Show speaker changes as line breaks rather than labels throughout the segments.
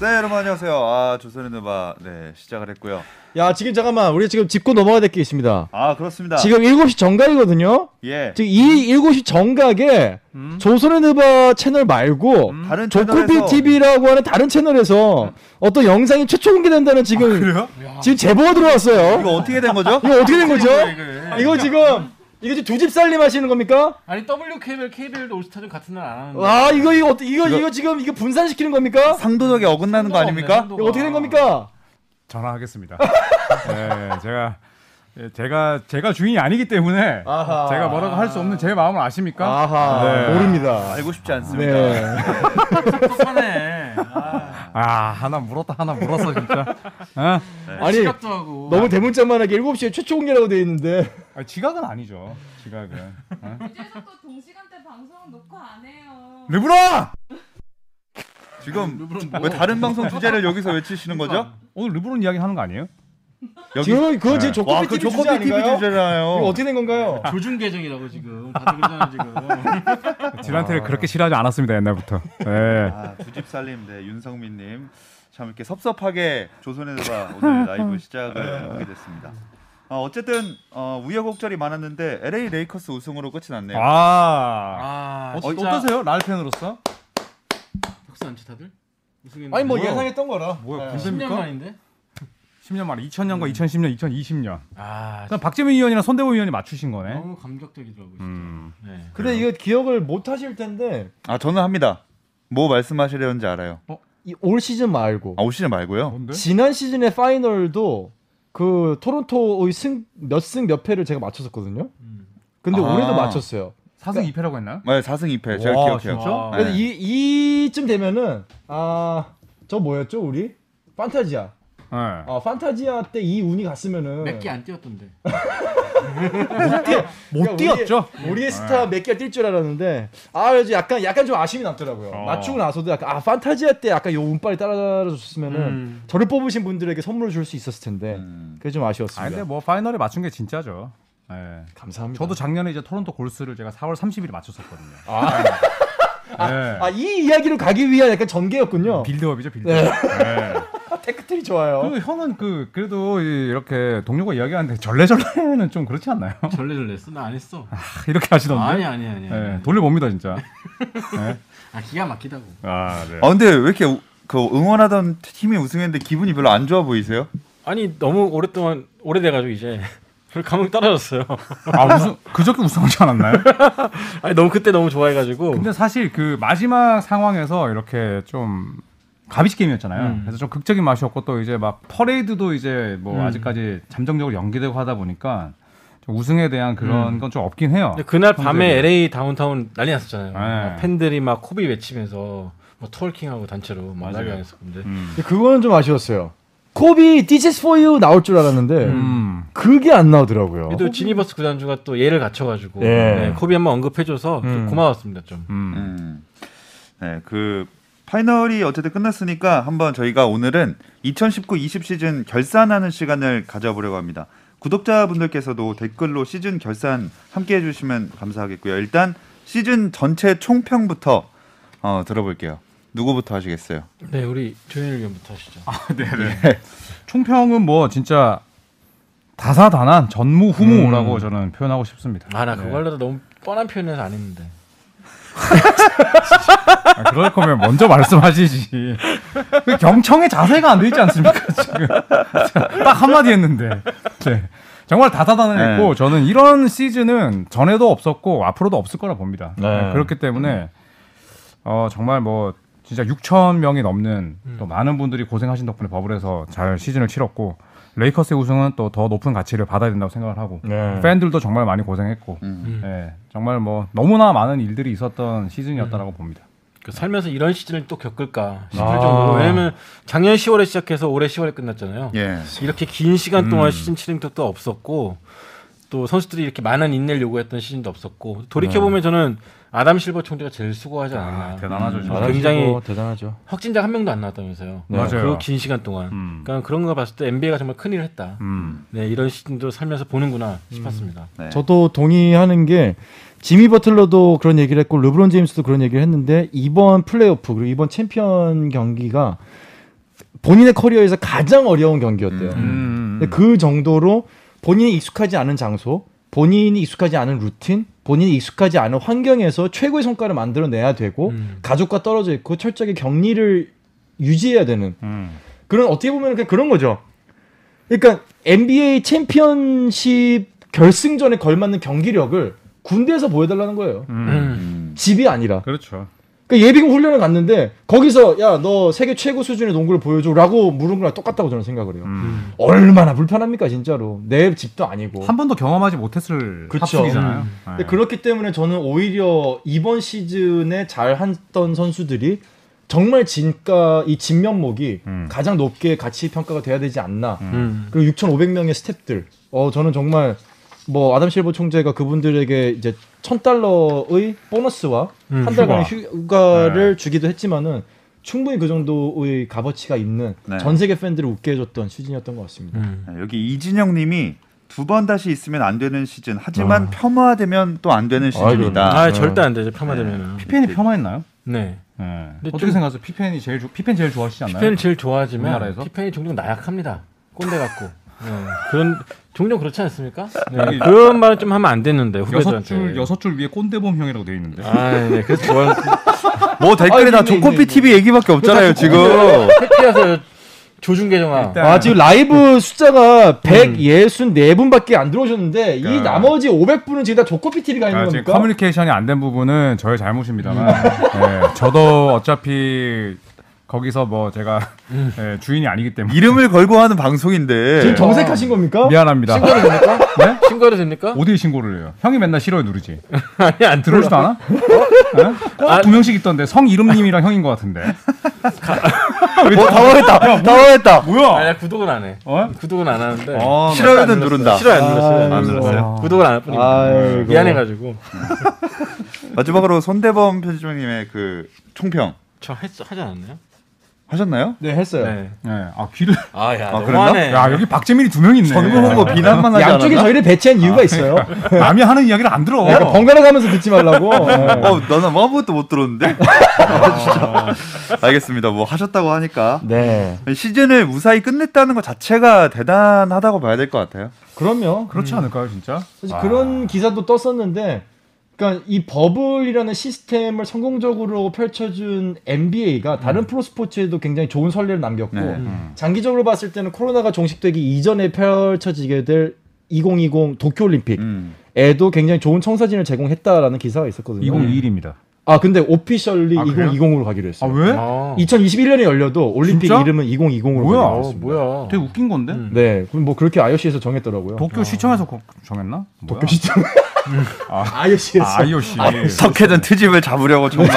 네 여러분 안녕하세요. 아 조선의 누바 네 시작을 했고요.
야 지금 잠깐만 우리 지금 짚고 넘어가야 될 게 있습니다.
아 그렇습니다.
지금 7시 정각이거든요.
예
지금 이 7시 정각에
음.
조선의 누바 채널 말고
다른
조코피
채널에서- 음.
TV라고 하는 다른 채널에서 어떤 영상이 최초 공개된다는 지금 지금 제보가 들어왔어요.
아, 이거 아, 어떻게 된 거죠?
이거 어떻게 된 거죠?
이거,
이거 지금 이거 지금 두 집 살림 하시는 겁니까?
아니 WKBL, KBL도 올스타전 같은 날 안 하는데
와 이거 이거 어떻게- 이거 이거 지금 이거 분산시키는 겁니까?
상도덕에 어긋나는 거
네,
아닙니까?
이거 어떻게 된
뭐,
겁니까?
전화하겠습니다. 네, 제가 예, 제가 제가 주인이 아니기 때문에
아하.
제가 뭐라고 할 수 없는 제 마음을 아십니까?
아하
네.
모릅니다.
알고 싶지 않습니다.
네.
똑똑하네
아 하나 물었다 하나 물었어 진짜. 어?
네.
아니
네.
시각도 하고
너무 대문짝만하게 7시에 최초 공개라고 돼 있는데
아, 지각은 아니죠. 지각은. 어?
그래서 또 동시간대 방송 녹화 안 해요.
르브론
지금 왜 다른 방송 주제를 여기서 외치시는 거죠?
오늘 르브론 이야기 하는 거 아니에요?
여기 네.
지금은 그건 제 조코피
와그
TV
조코피
주제
TV
아닌가요? 이거
주제잖아요.
어떻게 된 건가요?
조준 계정이라고 지금 다들 그러잖아 지금
딜한테를 그렇게 싫어하지 않았습니다 옛날부터. 네.
아, 두집 살림 네 윤성민님 참 이렇게 섭섭하게 조선의 누바 오늘 라이브 시작을 하게 됐습니다. 어, 어쨌든 어, 우여곡절이 많았는데 LA 레이커스 우승으로 끝이 났네요.
아.
아
어,
진짜
어떠세요? 라이 팬으로서?
박수 안 쳐 다들? 우승했는데
아니 뭐
뭐야?
예상했던 거라.
뭐야,
네.
군대-
10년
됩니까?
만인데
10년 만에 2000년과 2010년, 2020년.
아
그럼 박재민 위원이랑 손대호 위원이 맞추신
어,
거네.
그러니까.
너무 감격적이더라고 진짜
음.
네.
근데 이거 기억을 못 하실 텐데
아 저는 합니다. 뭐 말씀하시려는지 알아요.
이 올 시즌 말고
아 오시지 말고요.
어? 뭔데?
지난 시즌의 파이널도 그 토론토의 승 몇 승 몇 패를 제가 맞췄었거든요. 근데
아.
올해도 맞췄어요.
사승 2패라고 했나요?
네 4승 2패 제가
와,
기억해요.
진짜?
네.
그래서 이 이쯤 되면은 아 저 뭐였죠 우리 판타지아.
네.
아 판타지아 때 이 운이 갔으면은
몇개 안 뛰었던데
어?
못
뛰었죠?
그러니까 우리의, 스타
네.
몇 개가 뛸 줄 알았는데 아 요즘 약간 약간 좀 아쉬움이 남더라고요.
어.
맞추고 나서도 약간 아 판타지아 때 약간 요 운빨이 따라줬으면은
음.
저를 뽑으신 분들에게 선물을 줄 수 있었을 텐데 그게 좀 아쉬웠습니다.
아 근데 뭐 파이널에 맞춘 게 진짜죠. 예.
감사합니다.
저도 작년에 이제 토론토 골스를 제가 4월 30일에 맞췄었거든요.
그러니까.
네.
아.
예.
아 이 이야기로 가기 위한 약간 전개였군요.
빌드업이죠, 빌드업.
네.
예.
테크트리 좋아요.
그리고 형은 그 그래도 이- 이렇게 동료가 이야기하는데 절레절레는 좀 그렇지 않나요?
절레절레 했어 나 안 했어
아,
이렇게 하시던데.
아니 아니
네.
아니
예,
아니.
돌려봅니다 진짜.
아 기가 막히다고
아, 네.
아 근데 왜 이렇게 우- 그 응원하던 팀이 우승했는데 기분이 별로 안 좋아 보이세요?
아니 너무 오랫동안 오래돼가지고 이제 별 감흥이 떨어졌어요.
아 우승 그저께 우승하지 않았나요?
아니 너무 그때 너무 좋아해가지고.
근데 사실 그 마지막 상황에서 이렇게 좀 가비치 게임이었잖아요.
음.
그래서 좀 극적인 맛이었고 또 이제 막 퍼레이드도 이제
음.
뭐 아직까지 잠정적으로 연기되고 하다 보니까 좀 우승에 대한 그런 건 좀 없긴 해요.
음. 근데 그날 밤에
형들이.
LA 다운타운 난리 났었잖아요.
네.
막 팬들이 막 코비 외치면서 뭐 톨킹하고 단체로 막 난리
맞아요.
났었는데
음.
근데 그거는 좀 아쉬웠어요. 코비 디지스 포유 나올 줄 알았는데
음.
그게 안 나오더라고요.
그렇죠.
그래도 지니버스 구단주가 또 예를 갖춰가지고
예.
네, 코비 한번 언급해줘서 좀 고마웠습니다 좀.
음.
음. 네, 그 파이널이 어쨌든 끝났으니까 한번 저희가 오늘은 2019-20 시즌 결산하는 시간을 가져보려고 합니다. 구독자분들께서도 댓글로 시즌 결산 함께 해주시면 감사하겠고요. 일단 시즌 전체 총평부터 어, 들어볼게요. 누구부터 하시겠어요?
네 우리 조현일 위원부터 하시죠.
아, 총평은 뭐 진짜 다사다난 전무후무라고
음.
저는 표현하고 싶습니다.
아 나 그거 하려다 너무 뻔한 표현해서 안 했는데.
아, 그럴 거면 먼저 말씀하시지. 그 경청의 자세가 안 돼 있지 않습니까 지금? 딱 한마디 했는데. 네. 정말 다사다난했고
네.
저는 이런 시즌은 전에도 없었고 앞으로도 없을 거라 봅니다.
네.
네, 그렇기 때문에 어, 정말 뭐 진짜 6천 명이 넘는 또 많은 분들이 고생하신 덕분에 버블에서 잘 시즌을 치렀고 레이커스의 우승은 또 더 높은 가치를 받아야 된다고 생각을 하고
네.
팬들도 정말 많이 고생했고
음.
예, 정말 뭐 너무나 많은 일들이 있었던 시즌이었다라고 봅니다.
그 살면서 이런 시즌을 또 겪을까 싶을
아.
정도로 왜냐면 작년 10월에
예.
시작해서 올해 10월에 끝났잖아요.
예.
음.
이렇게 긴 시간 동안 시즌 치림도 또 없었고 또 선수들이 이렇게 많은 인내를 요구했던 시즌도 없었고 돌이켜 보면 저는 아담 실버 총재가 제일 수고하지 않았나.
네. 아, 대단하죠. 진짜.
잘하시고 굉장히-
아, 대단하죠.
확진자 한 명도 안 나왔다면서요.
네. 맞아요.
그 긴 시간 동안.
음.
그러니까 그런 거 봤을 때 NBA가 정말 큰일을 했다.
음.
네, 이런 시즌도 살면서 보는구나 싶었습니다.
네.
저도 동의하는 게 지미 버틀러도 그런 얘기를 했고 르브론 제임스도 그런 얘기를 했는데 이번 플레이오프 그리고 이번 챔피언 경기가 본인의 커리어에서 가장 어려운 경기였대요.
음.
근데 그 정도로 본인이 익숙하지 않은 장소, 본인이 익숙하지 않은 루틴, 본인이 익숙하지 않은 환경에서 최고의 성과를 만들어내야 되고
음.
가족과 떨어져 있고 철저하게 격리를 유지해야 되는
음.
그런 어떻게 보면 그냥 그런 거죠. 그러니까 NBA 챔피언십 결승전에 걸맞는 경기력을 군대에서 보여달라는 거예요.
음.
음.
음.
집이 아니라.
그렇죠.
그러니까 예비군 훈련을 갔는데 거기서 야 너 세계 최고 수준의 농구를 보여줘라고 물은 거랑 똑같다고 저는 생각을 해요.
음.
얼마나 불편합니까 진짜로 내 집도 아니고.
한 번도 경험하지 못했을
그쵸.
음.
합숙이잖아요.
음.
네.
근데 그렇기 때문에 저는 오히려 이번 시즌에 잘 했던 선수들이 정말 진가 이 진면목이
음.
가장 높게 가치 평가가 돼야 되지 않나.
음.
그리고 6,500명의 스탭들. 어 저는 정말 뭐 아담 실버 총재가 그분들에게 이제 1,000달러의 보너스와
음,
한 달간의 휴가를 주기도 했지만은 충분히 그 정도의 값어치가 있는
네.
전 세계 팬들을 웃게 해줬던 시즌이었던 것 같습니다.
음.
네, 여기 이진영 님이 두 번 다시 있으면 안 되는 시즌. 하지만 폄하되면 또 안 되는 시즌이다.
아, 절대 안 되죠. 평화되면은.
피펜이 평화했나요?
네.
네.
근데
어떻게
좀-
생각하세요? 피펜이 제일 좋- 피펜 제일 좋아하시지 않나요?
피펜을 제일 좋아하지만
우리나라에서?
피펜이 종종 나약합니다. 꼰대 같고. 네. 그런 종종 그렇지 않습니까? 네. 그런 말은 좀 하면 안 되는데
여섯
후배들한테.
줄 여섯 줄 위에 꼰대범형이라고 돼 있는데.
네. 아, 네. 그래서 좋아하는
뭐 댓글에 다 조코피 TV 얘기밖에 없잖아요, 지금.
택배에서 조준 계정아.
일단-
아 지금 라이브 숫자가 예, 164분밖에 안 들어오셨는데 이
그러니까.
나머지 500분은 지금 다 조코피 TV가 있는
아, 지금
겁니까?
커뮤니케이션이 안 된 부분은 저의 잘못입니다만,
음.
예, 저도 어차피 거기서 뭐 제가
음.
예, 주인이 아니기 때문에
이름을 걸고 하는 방송인데.
지금 정색하신 겁니까?
미안합니다.
신고해도 됩니까?
네?
신고해도 됩니까?
어디에 신고를 해요? 형이 맨날 싫어요 누르지.
아니 안 들어.
들어오지도 않아?
아.
꼭두 명씩 있던데 성 이름님이랑 형인 것 같은데.
어, 당황했다. 당황했다.
뭐야?
아니야 구독은 안 해.
어?
구독은 안 하는데.
어,
아, 싫어요는 누른다. 아, 네.
싫어 안 눌렀어요.
안 눌렀어요?
구독을 안 할 뿐입니다.
아이고.
미안해가지고.
마지막으로 손대범 편집장님의 그 총평
저 했, 하지 않았나요?
하셨나요?
네 했어요.
네.
예, 아 귀를.
아야
아,
너무하네.
야 여기 박재민이 두 명 있네.
전국 홍보 뭐 비난만 하지
양쪽이
않았나?
저희를 배치한 이유가 있어요.
남이 하는 이야기를 안 들어.
약간 번갈아 가면서 듣지 말라고. 네.
어, 나는 아무것도 못 들었는데. 아, 진짜. 알겠습니다. 뭐 하셨다고 하니까
네.
시즌을 무사히 끝냈다는 것 자체가 대단하다고 봐야 될 것 같아요.
그럼요.
그렇지 않을까요 진짜?
사실 그런 기사도 떴었는데, 그러니까 이 버블이라는 시스템을 성공적으로 펼쳐준 NBA가 다른 프로 스포츠에도 굉장히 좋은 선례를 남겼고,
네.
장기적으로 봤을 때는 코로나가 종식되기 이전에 펼쳐지게 될 2020 도쿄올림픽에도
음.
굉장히 좋은 청사진을 제공했다라는 기사가 있었거든요.
2021입니다.
아 근데 오피셜리
아, 그래요?
2020으로 가기로 했어요.
아 왜?
아,
2021년에 열려도 올림픽
진짜?
이름은 2020으로
뭐야?
가기로
어,
했습니다.
뭐야?
되게 웃긴 건데.
음.
네, 그럼 뭐 그렇게 IOC에서 정했더라고요.
도쿄 시청에서 거- 정했나? 뭐야?
도쿄 시청
아,
IOC에서.
아, IOC.
석회전 트집을 잡으려고 정말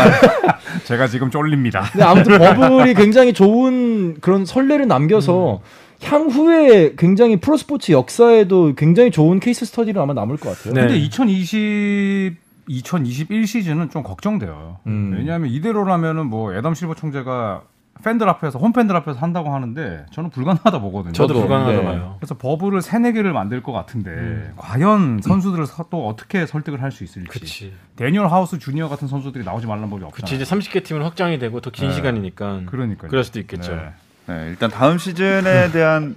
제가 지금 쫄립니다.
근데 아무튼 버블이 굉장히 좋은 그런 선례를 남겨서 향후에 굉장히 프로스포츠 역사에도 굉장히 좋은 케이스 스터디로 아마 남을 것 같아요.
네.
근데 2020 2021 시즌은 좀 걱정돼요.
음.
왜냐하면 이대로라면은 뭐 애덤 실버 총재가 팬들 앞에서 홈팬들 앞에서 한다고 하는데 저는 불가능하다 보거든요.
저도 불가능하다
네.
봐요.
그래서 버블을 세네 개를 만들 것 같은데 과연 선수들을 서- 또 어떻게 설득을 할 수 있을지.
그치.
데니얼 하우스 주니어 같은 선수들이 나오지 말란 법이 없잖아요.
그치 이제 30개 팀은 확장이 되고 더 긴
네.
시간이니까.
그러니까요.
그럴 수도 있겠죠.
네.
네, 일단 다음 시즌에 대한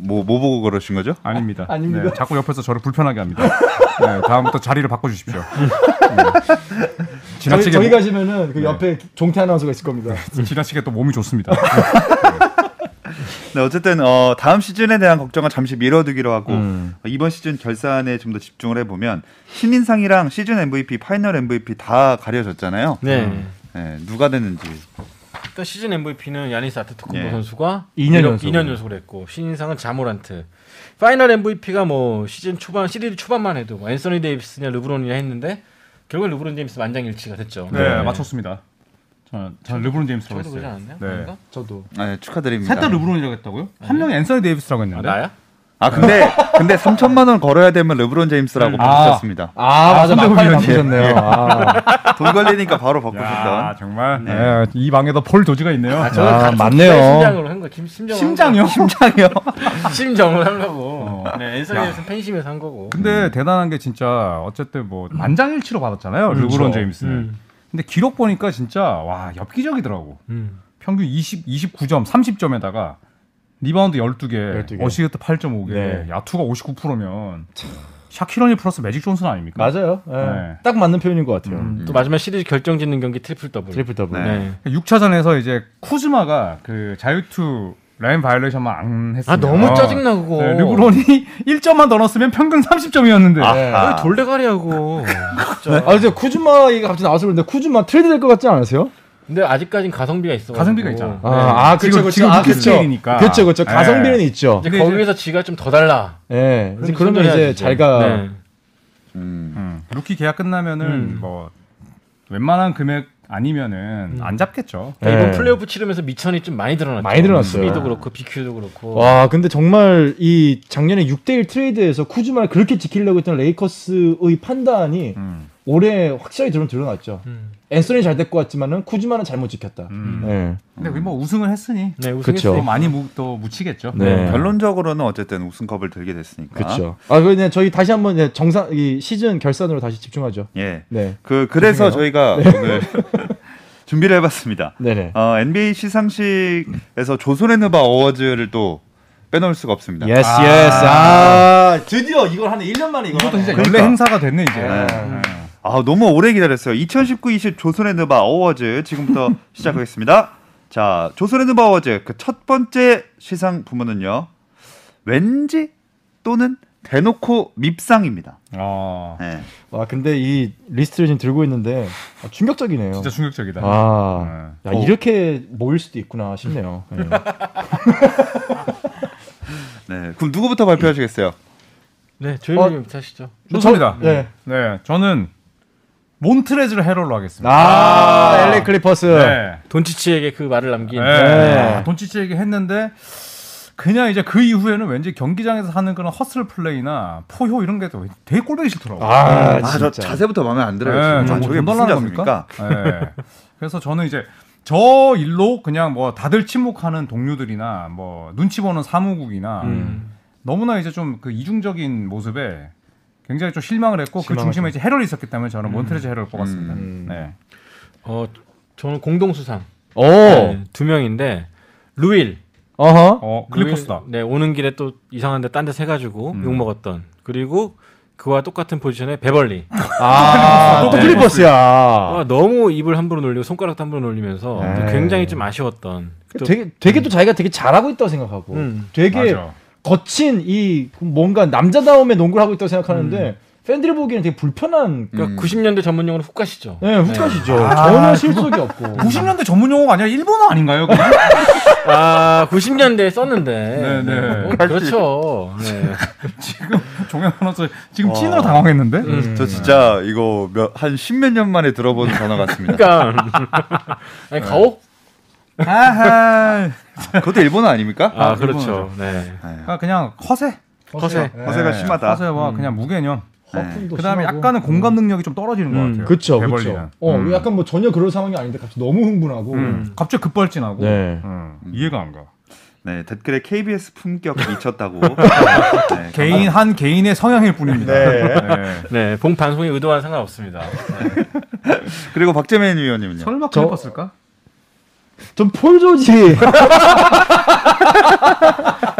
뭐, 뭐 보고 그러신 거죠?
아닙니다.
아닙니다.
네, 자꾸 옆에서 저를 불편하게 합니다. 네, 다음부터 자리를 바꿔주십시오. 네.
저희,
지나치게
저희 가시면은 그 옆에 종태 아나운서가 있을 겁니다.
지나치게 또 몸이 좋습니다.
네, 어쨌든 어, 다음 시즌에 대한 걱정은 잠시 미뤄두기로 하고
음.
어, 이번 시즌 결산에 좀 더 집중을 해보면 신인상이랑 시즌 MVP, 파이널 MVP 다 가려졌잖아요.
네.
네, 누가 됐는지
그러니까 시즌 MVP는 야니스 아테토쿤보
예.
선수가
이년
이런-
연속으로.
이년 연속으로 했고 신인상은 자모란트. 파이널 MVP가 뭐 시즌 초반 시리즈 초반만 해도 뭐 앤서니 데이비스냐 르브론이냐 했는데 결국 르브론 제임스 만장일치가 됐죠.
네, 맞췄습니다. 저는, 저는 르브론 제임스라고
저도
했어요.
그러지 않았나요?
네.
아닌가? 네.
저도.
네, 축하드립니다.
셋다 르브론이라고 했다고요? 한 명이 앤서니 데이비스라고
아,
했는데.
나야?
아 근데 근데 3천만 원 걸어야 되면 르브론 제임스라고 바꾸셨습니다.
아, 맞아.
손정우
막판에
위원님.
바꾸셨네요. 아,
돈 걸리니까 바로
야,
바꾸셨던.
아, 정말
네.
예, 이 방에도 볼 도지가 있네요. 네.
아, 저는
아,
같은
맞네요.
팀의 심장으로 한 거. 김 심장.
심장이요?
심장이요.
심정을 하려고.
어.
네, 앤서니에서 팬심에서 한 거고.
근데 대단한 게 진짜 어쨌든 뭐 만장일치로 받았잖아요. 르브론 제임스는.
음.
근데 기록 보니까 진짜 와 엽기적이더라고.
음.
평균 20, 29점, 30점에다가 리바운드 12개,
12개.
어시스트 8.5개,
네.
야투가 59%면 샤키로니 플러스 매직 존슨 아닙니까?
맞아요. 예.
네.
딱 맞는 표현인 것 같아요.
또 마지막 시리즈 결정짓는 경기 트리플 더블.
트리플 더블.
네.
음. 네.
6차전에서 이제 쿠즈마가 그 자유투 라인 바이올레이션만 안 했어요.
아 너무 짜증나 그거.
네, 르브론이 1점만 더 넣었으면 평균 30점이었는데.
네.
왜 아. 돌대가리하고. 진짜.
아, 이제 쿠즈마 얘기가 갑자기 나와서 그런데 쿠즈마 트레이드 될 것 같지 않으세요?
근데 아직까진 가성비가 있어.
가성비가 있잖아.
아,
네.
아,
지금-
그쵸, 그쵸.
지금
아,
루키
그쵸.
스케일이니까.
그쵸, 그쵸.
네.
가성비는 있죠.
이제
근데 이제-
거기에서 지가 좀 더 달라.
예. 이제
그럼
그러면 이제
손절해야지.
잘 가.
네.
음.
음, 루키 계약 끝나면은
음.
뭐 웬만한 금액 아니면은
음.
안 잡겠죠.
그러니까
예.
이번 플레이오프 치르면서 미천이 좀 많이 늘어났죠.
많이 늘어났어요.
수비도 그렇고 BQ도 그렇고.
와, 근데 정말 이 작년에 6대1 트레이드에서 쿠즈마를 그렇게 지키려고 했던 레이커스의 판단이
음.
올해 확실히 드러- 드러났죠.
음.
앤서니 잘 될 것 같지만은 쿠즈마는 잘못 지켰다.
음.
예.
근데 우리 뭐 우승을 했으니
그쵸.
네,
또
우승했어요.
많이 무, 또 묻히겠죠.
그렇죠. 네.
결론적으로는 어쨌든 우승컵을 들게 됐으니까.
그렇죠. 아, 그데 저희 다시 한번 이제 정상 이 시즌 결산으로 다시 집중하죠.
예.
네.
그 그래서
죄송해요.
저희가 오늘 준비를 해봤습니다.
네네.
어, NBA 시상식에서 조선의 누바 어워즈를 또 빼놓을 수가 없습니다. 아,
예스 예스. 아, 드디어 이걸 하는 1년 만에 이걸
이것도 진짜
하네.
연례 행사가 됐네 이제.
그러니까. 네.
음.
아 너무 오래 기다렸어요. 2019-20 조선의 누바 어워즈 지금부터 시작하겠습니다. 자 조선의 누바 어워즈 그 첫 번째 시상 부문은요. 왠지 또는 대놓고 밉상입니다.
아,
예.
와, 근데 이 리스트를 지금 들고 있는데 아, 충격적이네요.
진짜 충격적이다.
아,
네. 음.
야, 이렇게 모일 수도 있구나 싶네요. 예.
네. 그럼 누구부터 발표하시겠어요?
네, 조용히
어.
좀 하시죠.
좋습니다.
저- 네.
네, 저는 몬트레즈를 헤럴로 하겠습니다.
아, LA 클리퍼스.
네.
돈치치에게 그 말을 남긴.
네. 돈치치에게 했는데 그냥 이제 그 이후에는 왠지 경기장에서 하는 그런 허슬 플레이나 포효 이런 게 되게 꼴보기 싫더라고요. 예,
아,
아,
진짜.
저 자세부터 마음에 안 들어요.
네,
지금. 아,
좀
저게 무슨
놀라는
자세입니까?
겁니까? 네. 그래서 저는 이제 저 일로 그냥 뭐 다들 침묵하는 동료들이나 뭐 눈치 보는 사무국이나
음.
너무나 이제 좀 그 이중적인 모습에 굉장히 좀 실망을 했고 그
실망을 음.
중심에 이제 헤럴이 있었기 때문에 저는 몬트레즈 헤럴을 뽑았습니다. 네.
어, 저는 공동 수상
오.
네, 두 명인데 루일
어허.
어, 클리퍼스다.
루일, 네, 오는 길에 또 이상한데 딴 데서 해가지고
음.
욕 먹었던. 그리고 그와 똑같은 포지션의 베벌리.
아, 또
네.
클리퍼스야.
어,
아, 너무 입을 함부로 놀리고 손가락도 함부로 놀리면서
네. 그
굉장히 좀 아쉬웠던. 또-
되게 되게 또 자기가 되게 잘하고 있다고 생각하고
음.
되게
음. 맞아.
거친 이 뭔가 남자다움의 농구를 하고 있다고 생각하는데
음.
팬들이 보기에는 되게 불편한
그러니까 90년대 전문용어로 훅가시죠.
음. 네, 훅가시죠.
아,
전혀 실속이 없고
90년대 전문 용어가 아니라 일본어 아닌가요? 그냥?
아, 90년대에 썼는데.
네, 네.
어, 그렇죠. 네.
지금 종현 아나운서 지금 찐으로 당황했는데.
저 진짜 이거 몇, 한 십몇 년 만에 들어본 단어 같습니다.
그러니까 아니, 가오?
아하.
그것도 일본어 아닙니까?
아,
아,
그렇죠. 네.
아, 그냥 허세. 네.
허세.
허세가 심하다.
허세와 그냥 무개념.
네. 허풍도
그다음에
심하고.
약간은 공감 능력이 좀 떨어지는 것 같아요.
그쵸
배벌리는.
그쵸. 어 약간 뭐 전혀 그럴 상황이 아닌데 갑자기 너무 흥분하고.
음. 갑자기 급발진하고.
네.
음, 이해가 안 가.
네 댓글에 KBS 품격 미쳤다고. 네,
개인 한 개인의 성향일 뿐입니다. 네.
네, 본 방송에 의도와는 상관없습니다. 네.
그리고 박재민 위원님은요. 어.
설마
저-
클리퍼스일까?
좀폴 조지.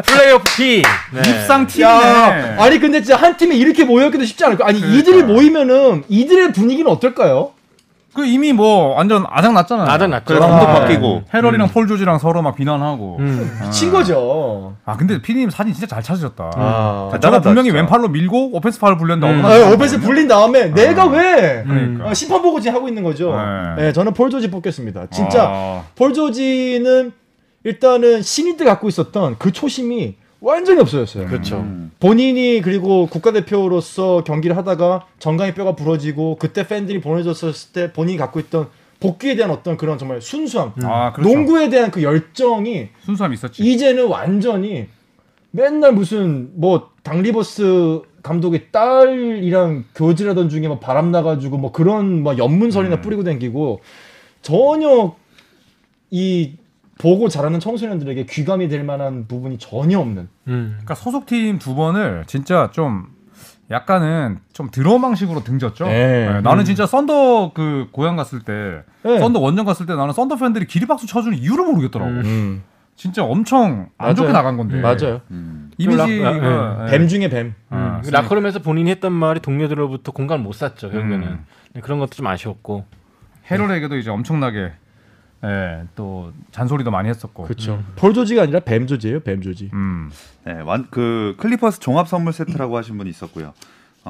플레이오프 P. 네.
입상 팀이네.
야, 아니 근데 진짜 한 팀이 이렇게 모였기도 쉽지 않을 거. 아니 이들이 모이면은 이들의 분위기는 어떨까요?
그 이미 뭐 완전 아장 났잖아요.
나단 났죠.
그래서 감독
아,
바뀌고.
헤럴이랑 폴 조지랑 서로 막 비난하고.
음.
미친 거죠.
아 근데 피디님 사진 진짜 잘 찾으셨다.
아.
자,
대단하다,
저는 분명히
진짜.
왼팔로 밀고 오펜스 팔을 불렸는데
음.
엉망이
아,
났거든요.
오펜스 불린 다음에 내가 왜
그러니까.
아, 심판 보고 지금 하고 있는 거죠.
네.
네. 저는 폴 조지 뽑겠습니다. 진짜
아.
폴 조지는 일단은 신인 때 갖고 있었던 그 초심이 완전히 없어졌어요.
그렇죠.
음.
본인이 그리고 국가대표로서 경기를 하다가 정강이 뼈가 부러지고 그때 팬들이 보내줬을 때 본인이 갖고 있던 복귀에 대한 어떤 그런 정말 순수함,
음. 아, 그렇죠.
농구에 대한 그 열정이
순수함 있었지.
이제는 완전히 맨날 무슨 뭐 당리버스 감독의 딸이랑 교제하던 중에 막 바람 나가지고 뭐 그런 막 연문설이나 뿌리고 댕기고 전혀 이 보고 자라는 청소년들에게 귀감이 될 만한 부분이 전혀 없는.
음.
그러니까 소속팀 두 번을 진짜 좀 약간은 좀 드러망식으로 등졌죠.
네.
네, 나는 진짜 썬더 그 고향 갔을 때,
네.
썬더 원정 갔을 때 나는 썬더 팬들이 기립박수 쳐주는 이유를 모르겠더라고.
음.
진짜 엄청 안
맞아요.
좋게 나간 건데.
네. 맞아요. 그
음.
이미지가 네.
뱀 중에 뱀.
아,
그 라커룸에서 본인이 했던 말이 동료들로부터 공감을 못 샀죠 결국에는
음.
근데 그런 것도 좀 아쉬웠고
헤럴에게도 이제 엄청나게 예, 또 잔소리도 많이 했었고.
그렇죠. 폴 조지가 아니라 뱀 조지예요. 뱀 조지.
음.
네, 완, 그 클리퍼스 종합 선물 세트라고 하신 분이 있었고요.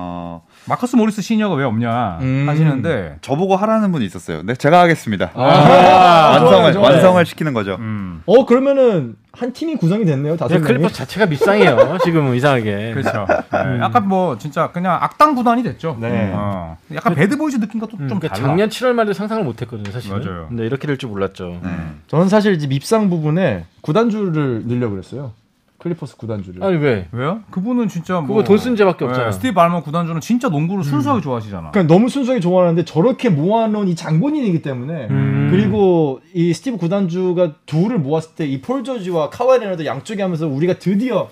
어,
마커스 모리스 시니어가 왜 없냐
음.
하시는데
저보고 하라는 분이 있었어요. 네, 제가 하겠습니다.
좋아요,
완성을
좋아요.
완성을 시키는 거죠.
음.
어 그러면은 한 팀이 구성이 됐네요. 다섯
근데
명이.
클리퍼 자체가 밉상이에요 지금은 이상하게
그렇죠. 예, 약간 뭐 진짜 그냥 악당 구단이 됐죠.
음. 네.
어. 약간 배드보이즈 느낌과 또좀
음,
달라.
그러니까 작년 7월 말도 상상을 못했거든요 사실은
맞아요. 네.
근데 이렇게 될 줄 몰랐죠
저는 사실 이제 밉상 부분에 구단주를 늘려 그랬어요. 클리퍼스 구단주를.
아니 왜
왜요? 그분은 진짜 뭐
그거 돈 쓴 죄밖에 음. 없잖아
예, 스티브 발먼 구단주는 진짜 농구를 순수하게 좋아하시잖아.
그러니까 너무 순수하게 좋아하는데 저렇게 모아놓은 이 장본인이기 때문에 그리고 이 스티브 구단주가 둘을 모았을 때 이 폴 조지와 카와이 레너드 양쪽에 하면서 우리가 드디어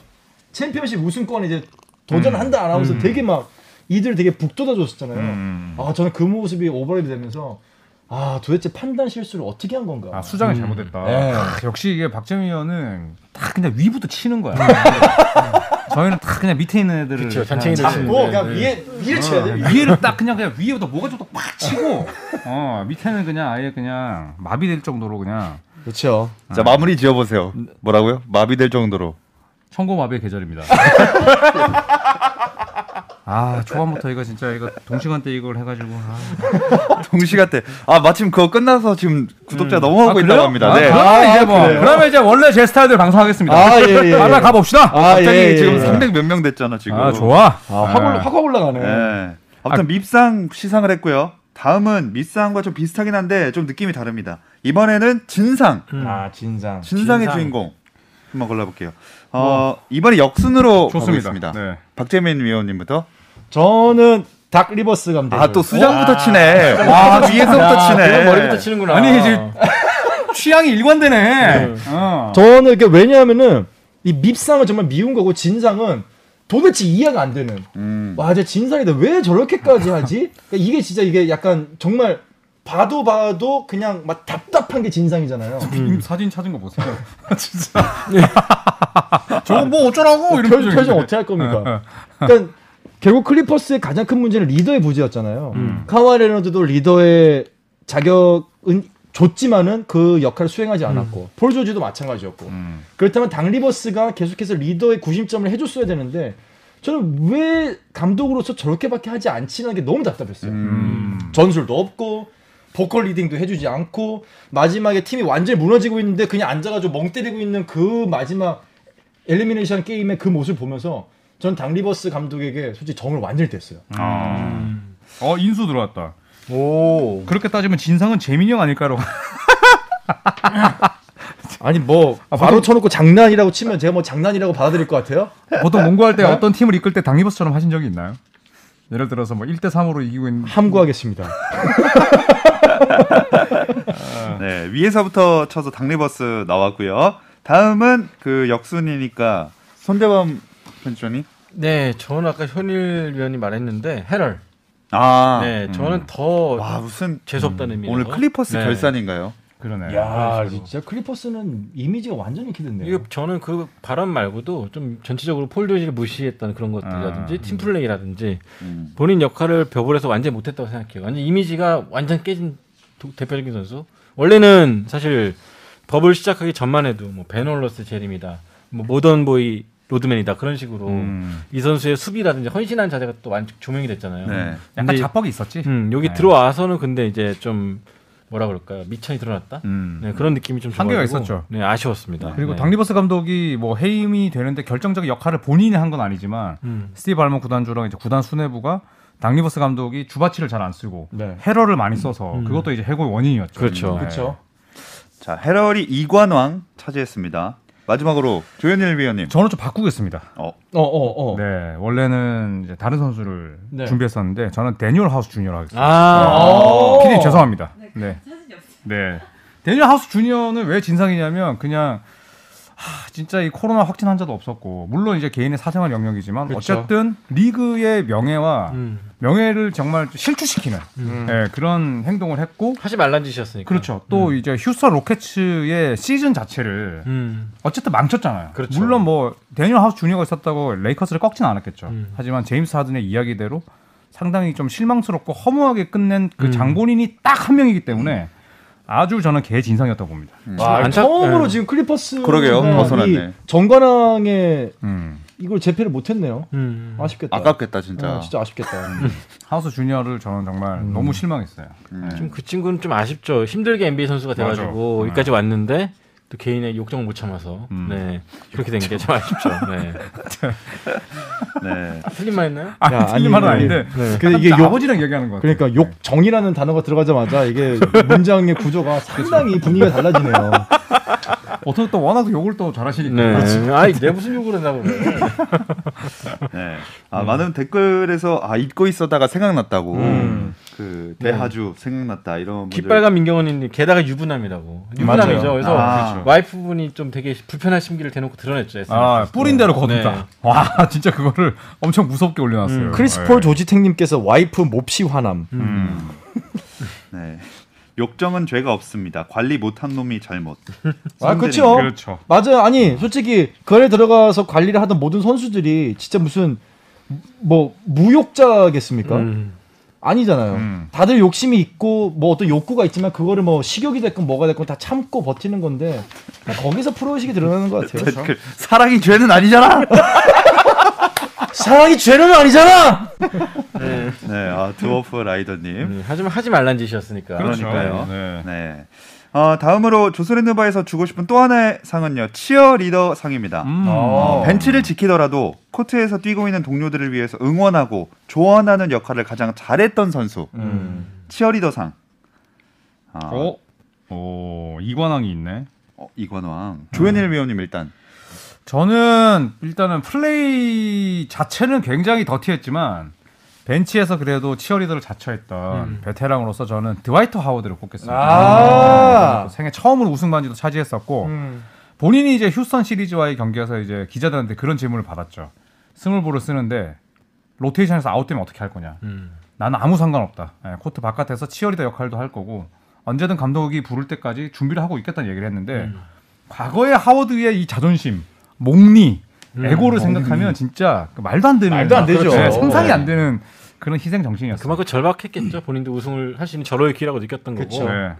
챔피언십 우승권 이제 도전한다 안 하면서 되게 막 이들 되게 북돋아줬었잖아요.
음.
아 저는 그 모습이 오버랩이 되면서 아 도대체 판단 실수를 어떻게 한 건가?
아 수장이
음.
잘못했다.
네.
아, 역시 이게 박재민 의원은 다 그냥 위부터 치는 거야. 네. 저희는 다 그냥 밑에 있는 애들을
음. 그쵸, 아, 잔챙이를
그냥
치는
잡고
뭐 그냥 위에 위를 쳐야 돼.
네. 위에를 딱 그냥 그냥 위에부터 뭐가 좀더 팍 치고 어 밑에는 그냥 아예 그냥 마비될 정도로 그냥
그렇죠.
자, 마무리 지어 보세요. 뭐라고요? 마비될 정도로.
청고마비의 계절입니다. 아 초반부터 이거 진짜 이거 동시간대 이걸 해가지고 아,
동시간 때. 아, 마침 그거 끝나서 지금 구독자 넘어가고
아, 그래요?
있다고 합니다.
아,
네.
그러면 이제 뭐 그러면 이제 원래 제 스타일대로 방송하겠습니다.
아, 예, 예.
빨라 가봅시다.
아,
갑자기
예, 예,
지금
예.
300 몇 명 됐잖아, 지금.
아 좋아.
아, 확 올라 확 올라가네.
예. 아무튼 밉상 시상을 했고요. 다음은 밉상과 좀 비슷하긴 한데 좀 느낌이 다릅니다. 이번에는 진상.
아 진상.
진상의
진상.
주인공 한번 골라볼게요. 어, 이번에 역순으로
좋습니다.
가보겠습니다.
네.
박재민 위원님부터.
저는 닥 리버스 감독.
아 또 수장부터 치네. 와 위에서부터 치네.
그럼 머리부터 치는구나
아니, 이제- 취향이 일관되네. 어.
저는 이게 왜냐하면은 이 밉상은 정말 미운 거고 진상은 도대체 이해가 안 되는.
음.
와, 쟤 진상인데 왜 저렇게까지 하지? 그러니까 이게 진짜 이게 약간 정말 봐도 봐도 그냥 막 답답한 게 진상이잖아요.
님 사진 찾은 거 보세요. 진짜. 저거 뭐 어쩌라고 이런
표정,
표정인데.
표정 어떻게 할 겁니까? 그러니까 결국 클리퍼스의 가장 큰 문제는 리더의 부재였잖아요.
음.
카와 레너드도 리더의 자격은 줬지만은 그 역할을 수행하지 않았고 폴 조지도 마찬가지였고
음.
그렇다면 당 리버스가 계속해서 리더의 구심점을 해줬어야 되는데 저는 왜 감독으로서 저렇게밖에 하지 않지라는 게 너무 답답했어요.
음.
전술도 없고 보컬 리딩도 해주지 않고 마지막에 팀이 완전히 무너지고 있는데 그냥 앉아가지고 멍 때리고 있는 그 마지막 엘리미네이션 게임의 그 모습을 보면서 전 당 리버스 감독에게 솔직히 정을 완전히 뗐어요.
아. 어 인수 들어왔다.
오
그렇게 따지면 진상은 재민이 형 아닐까라고.
아니 뭐 바로 쳐놓고 장난이라고 치면 제가 뭐 장난이라고 받아들일 것 같아요?
보통 농구할 때 어떤 팀을 이끌 때 당리버스처럼 하신 적이 있나요? 예를 들어서 뭐 1대 3으로 이기고 있는
함구하겠습니다.
네 위에서부터 쳐서 당리버스 나왔고요. 다음은 그 역순이니까 손대범 편집장님.
네 저는 아까 현일 위원이 말했는데 헤럴
아.
네 저는 더
와 무슨 음,
재수없다는 의미로
오늘 클리퍼스
네.
결산인가요?
그러네.
야 아, 진짜 클리퍼스는 이미지가 완전히 키든데요.
네.
이거 저는 그 발언 말고도 좀 전체적으로 폴 조지를 무시했던 그런 것들이라든지
아,
팀 플레이라든지
음.
본인 역할을 벼불에서 완전히 못했다고 생각해요. 완전 이미지가 완전 깨진 도- 대표적인 선수. 원래는 사실 버블 시작하기 전만 해도 뭐 베놀러스 제림이다, 뭐 모던 보이 로드맨이다 그런 식으로
음.
이 선수의 수비라든지 헌신한 자세가 또 완전 조명이 됐잖아요.
네.
약간
근데-
자뻑이 있었지.
음, 여기
네.
들어와서는 근데 이제 좀 뭐라 그럴까요? 미천이 드러났다.
음.
네, 그런 느낌이 좀
한계가
들어가지고
있었죠.
네, 아쉬웠습니다.
그리고
네.
당리버스 감독이 뭐 해임이 되는데 결정적인 역할을 본인이 한 건 아니지만
음.
스티브 알몬 구단주랑 이제 구단 수뇌부가 당리버스 감독이 주바치를 잘 안 쓰고
네.
헤럴을 많이 써서
음.
그것도 이제 해고의 원인이었죠.
그렇죠.
네.
그렇죠.
자 해럴이 이관왕 차지했습니다. 마지막으로 조현일 위원님.
저는 좀 바꾸겠습니다.
어,
어, 어, 어.
네, 원래는 이제 다른 선수를
네.
준비했었는데 저는 데니얼 하우스 주니어로 하겠습니다.
아,
오.
피디 죄송합니다. 네.
사진이 없어요.
네. 데니얼 하우스 주니어는 왜 진상이냐면 그냥 하, 진짜 이 코로나 확진 환자도 없었고 물론 이제 개인의 사생활 영역이지만
그쵸.
어쨌든 리그의 명예와
음.
명예를 정말 실추시키는
음.
예, 그런 행동을 했고
하지 말란 짓이었으니까.
그렇죠. 또 이제 휴스턴 로켓츠의 시즌 자체를
음.
어쨌든 망쳤잖아요.
그렇죠.
물론 뭐 데니얼 하우스 주니어가 있었다고 레이커스를 꺾진 않았겠죠.
음.
하지만 제임스 하든의 이야기대로 상당히 좀 실망스럽고 허무하게 끝낸 그
음.
장본인이 딱 한 명이기 때문에 아주 저는 개진상이었다고 봅니다.
아,
와, 안타-
처음으로
네.
지금 클리퍼스
그러게요. 벗어났네.
정관왕에
음.
이걸 재패를 못 했네요.
음.
아쉽겠다.
아깝겠다 진짜.
아, 진짜 아쉽겠다.
하우스 주니어를 저는 정말
음.
너무 실망했어요.
음.
좀 그 친구는 좀 아쉽죠. 힘들게 NBA 선수가 돼가지고
맞아.
여기까지 왔는데 또 개인의 욕정을 못 참아서
음.
네 그렇게 된 게 참 아쉽죠. 네.
네.
틀린 말 했나요?
아,
야,
틀린 말은
아니,
아닌데.
네. 근데
근데 그 이게
이게 욕
아버지랑 얘기하는 것 같아요.
그러니까 욕 정이라는 단어가 들어가자마자 이게 문장의 구조가 상당히 분위기가 달라지네요.
보통 또 워낙 욕을 또 잘하시니까.
네. 아니 내 무슨 욕을 했나 보네.
네. 아, 많은 댓글에서 아 잊고 있었다가 생각났다고. 그 대하주 생각났다 이런 분들.
깃발과 민경원님 게다가 유부남이라고. 유부남이죠.
맞아요.
그래서
아, 그렇죠.
와이프분이 좀 되게 불편한 심기를 대놓고 드러냈죠. SNS.
아, 뿌린 대로 거둔다.
네.
와, 진짜 그거를 엄청 무섭게 올려놨어요.
크리스폴
예.
조지택님께서 와이프 몹시 화남.
음.
네. 욕정은 죄가 없습니다. 관리 못한 놈이 잘못.
아, 그렇죠.
그렇죠.
맞아요. 아니, 솔직히 그 안에 들어가서 관리를 하던 모든 선수들이 진짜 무슨 뭐 무욕자겠습니까?
음.
아니잖아요.
음.
다들 욕심이 있고 뭐 어떤 욕구가 있지만 그거를 뭐 식욕이 됐건 뭐가 됐건 다 참고 버티는 건데 그냥 거기서 프로의식이 드러나는 것 같아요.
댓글 사랑이 죄는 아니잖아.
사랑이 죄는 아니잖아.
네, 아, 드워프 라이더님.
음, 하지만 하지 말란 짓이었으니까.
그렇죠.
그러니까요.
네.
네. 어, 다음으로 조선랜드바에서 주고 싶은 또 하나의 상은요 치어리더 상입니다.
음.
어, 벤치를 지키더라도 코트에서 뛰고 있는 동료들을 위해서 응원하고 조언하는 역할을 가장 잘했던 선수 치어리더상. 아,
음. 어? 오, 이관왕이 있네.
어, 이관왕
음.
조현일 위원님 일단
저는 일단은 플레이 자체는 굉장히 더티했지만 벤치에서 그래도 치어리더를 자처했던 베테랑으로서 저는 드와이트 하워드를 꼽겠습니다.
아.
또 생애 처음으로 우승 반지도 차지했었고 본인이 이제 휴스턴 시리즈와의 경기에서 이제 기자들한테 그런 질문을 받았죠. 스몰볼을 쓰는데 로테이션에서 아웃되면 어떻게 할 거냐?
음.
나는 아무 상관없다. 예, 코트 바깥에서 치어리더 역할도 할 거고 언제든 감독이 부를 때까지 준비를 하고 있겠다는 얘기를 했는데 과거의 하워드의 이 자존심, 목니, 에고를 생각하면 진짜 그 말도 안 되는
말도 안 되죠.
예, 상상이 안 되는 그런 희생 정신이었어요.
그만큼 절박했겠죠. 본인도 우승을 할 수 있는 절호의 기회라고 느꼈던 거고.
그쵸.
예.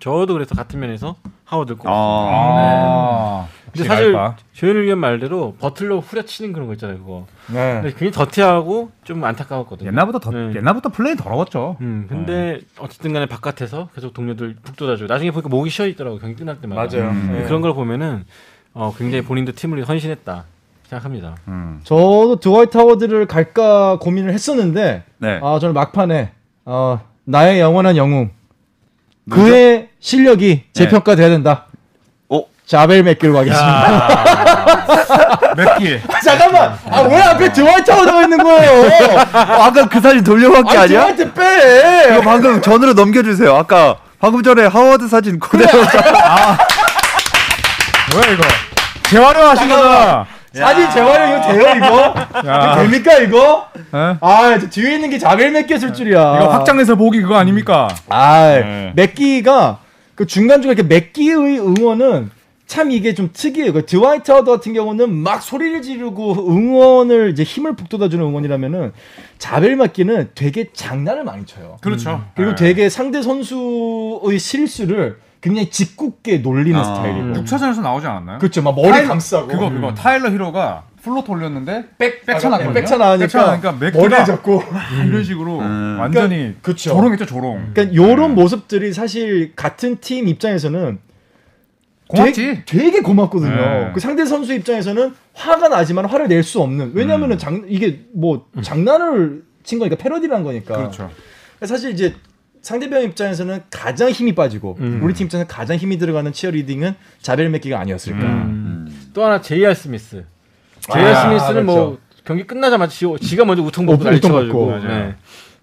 저도 그래서 같은 면에서 하워드 꼭.
어.
아,
아,
근데
역시
사실
알바.
조현일 위원 말대로 버틀러 후려치는 그런 거 있잖아요. 그거.
네.
근데 굉장히 더티하고 좀 안타까웠거든요.
옛날보다 네. 더
네.
옛날부터 플레이 더러웠죠.
음, 근데 어쨌든 간에 바깥에서 계속 동료들 북돋아주고 나중에 보니까 목이 쉬어 있더라고 경기 끝날 때마다.
음.
네.
근데 그런 걸 보면은 어, 굉장히 본인도 팀을 위해 헌신했다 생각합니다.
음.
저도 드와이트 하워드를 갈까 고민을 했었는데
네.
아 저는 막판에 어, 나의 영원한 영웅
누구죠?
그의 실력이 재평가돼야 된다.
어?
자벨 맥기로 가겠습니다.
몇 기회.
잠깐만, 아 왜 앞에 드와이트 하워드가 있는 거예요?
아까 그 사진 돌려받기
아 드와이트 빼.
이거 방금 전으로 넘겨주세요. 아까 방금 전에 하워드 사진 그대로
뭐야 이거? 재활용하신 거다.
사진 재활용 이거 돼요 이거?
야.
이거 됩니까 이거?
예?
아, 저 뒤에 있는 게 자벨 맥기 쓸 줄이야.
이거 확장해서 보기 그거 아닙니까?
아,
네.
맥기가 그 중간 중간 이렇게 맥기의 응원은 참 이게 좀 특이해요. 그 드와이트 하워드 같은 경우는 막 소리를 지르고 응원을 이제 힘을 북돋아주는 응원이라면은 자벨 맥기는 되게 장난을 많이 쳐요.
그렇죠.
그리고 되게 상대 선수의 실수를 굉장히 짓궂게 놀리는
아.
스타일이고.
6차전에서 나오지 않았나요?
음. 그렇죠. 막 머리
타일러-
감싸고. 음.
그거 그거 타일러 히로가 플로트 올렸는데 백 백차나거든요.
아, 백차 나가니까
맥
머리를 잡고.
이런 식으로
음.
완전히
그러니까 그쵸.
조롱했죠 조롱.
그러니까 요런 모습들이 사실 같은 팀 입장에서는
고맙지.
되게, 되게 고맙거든요.
네.
그 상대 선수 입장에서는 화가 나지만 화를 낼 수 없는. 왜냐면은 장, 이게 뭐 장난을 친 거니까 패러디라는 거니까.
그렇죠.
사실 이제 상대편 입장에서는 가장 힘이 빠지고
음.
우리 팀 입장에서 가장 힘이 들어가는 치어리딩은 자벨 맥기가 아니었을까.
음.
음.
또 하나 제이알 스미스. 제이알 스미스는 뭐 경기 끝나자마자 지, 지가 먼저 우통 먹고
어, 우통
날쳐가지고.
먹고.
네.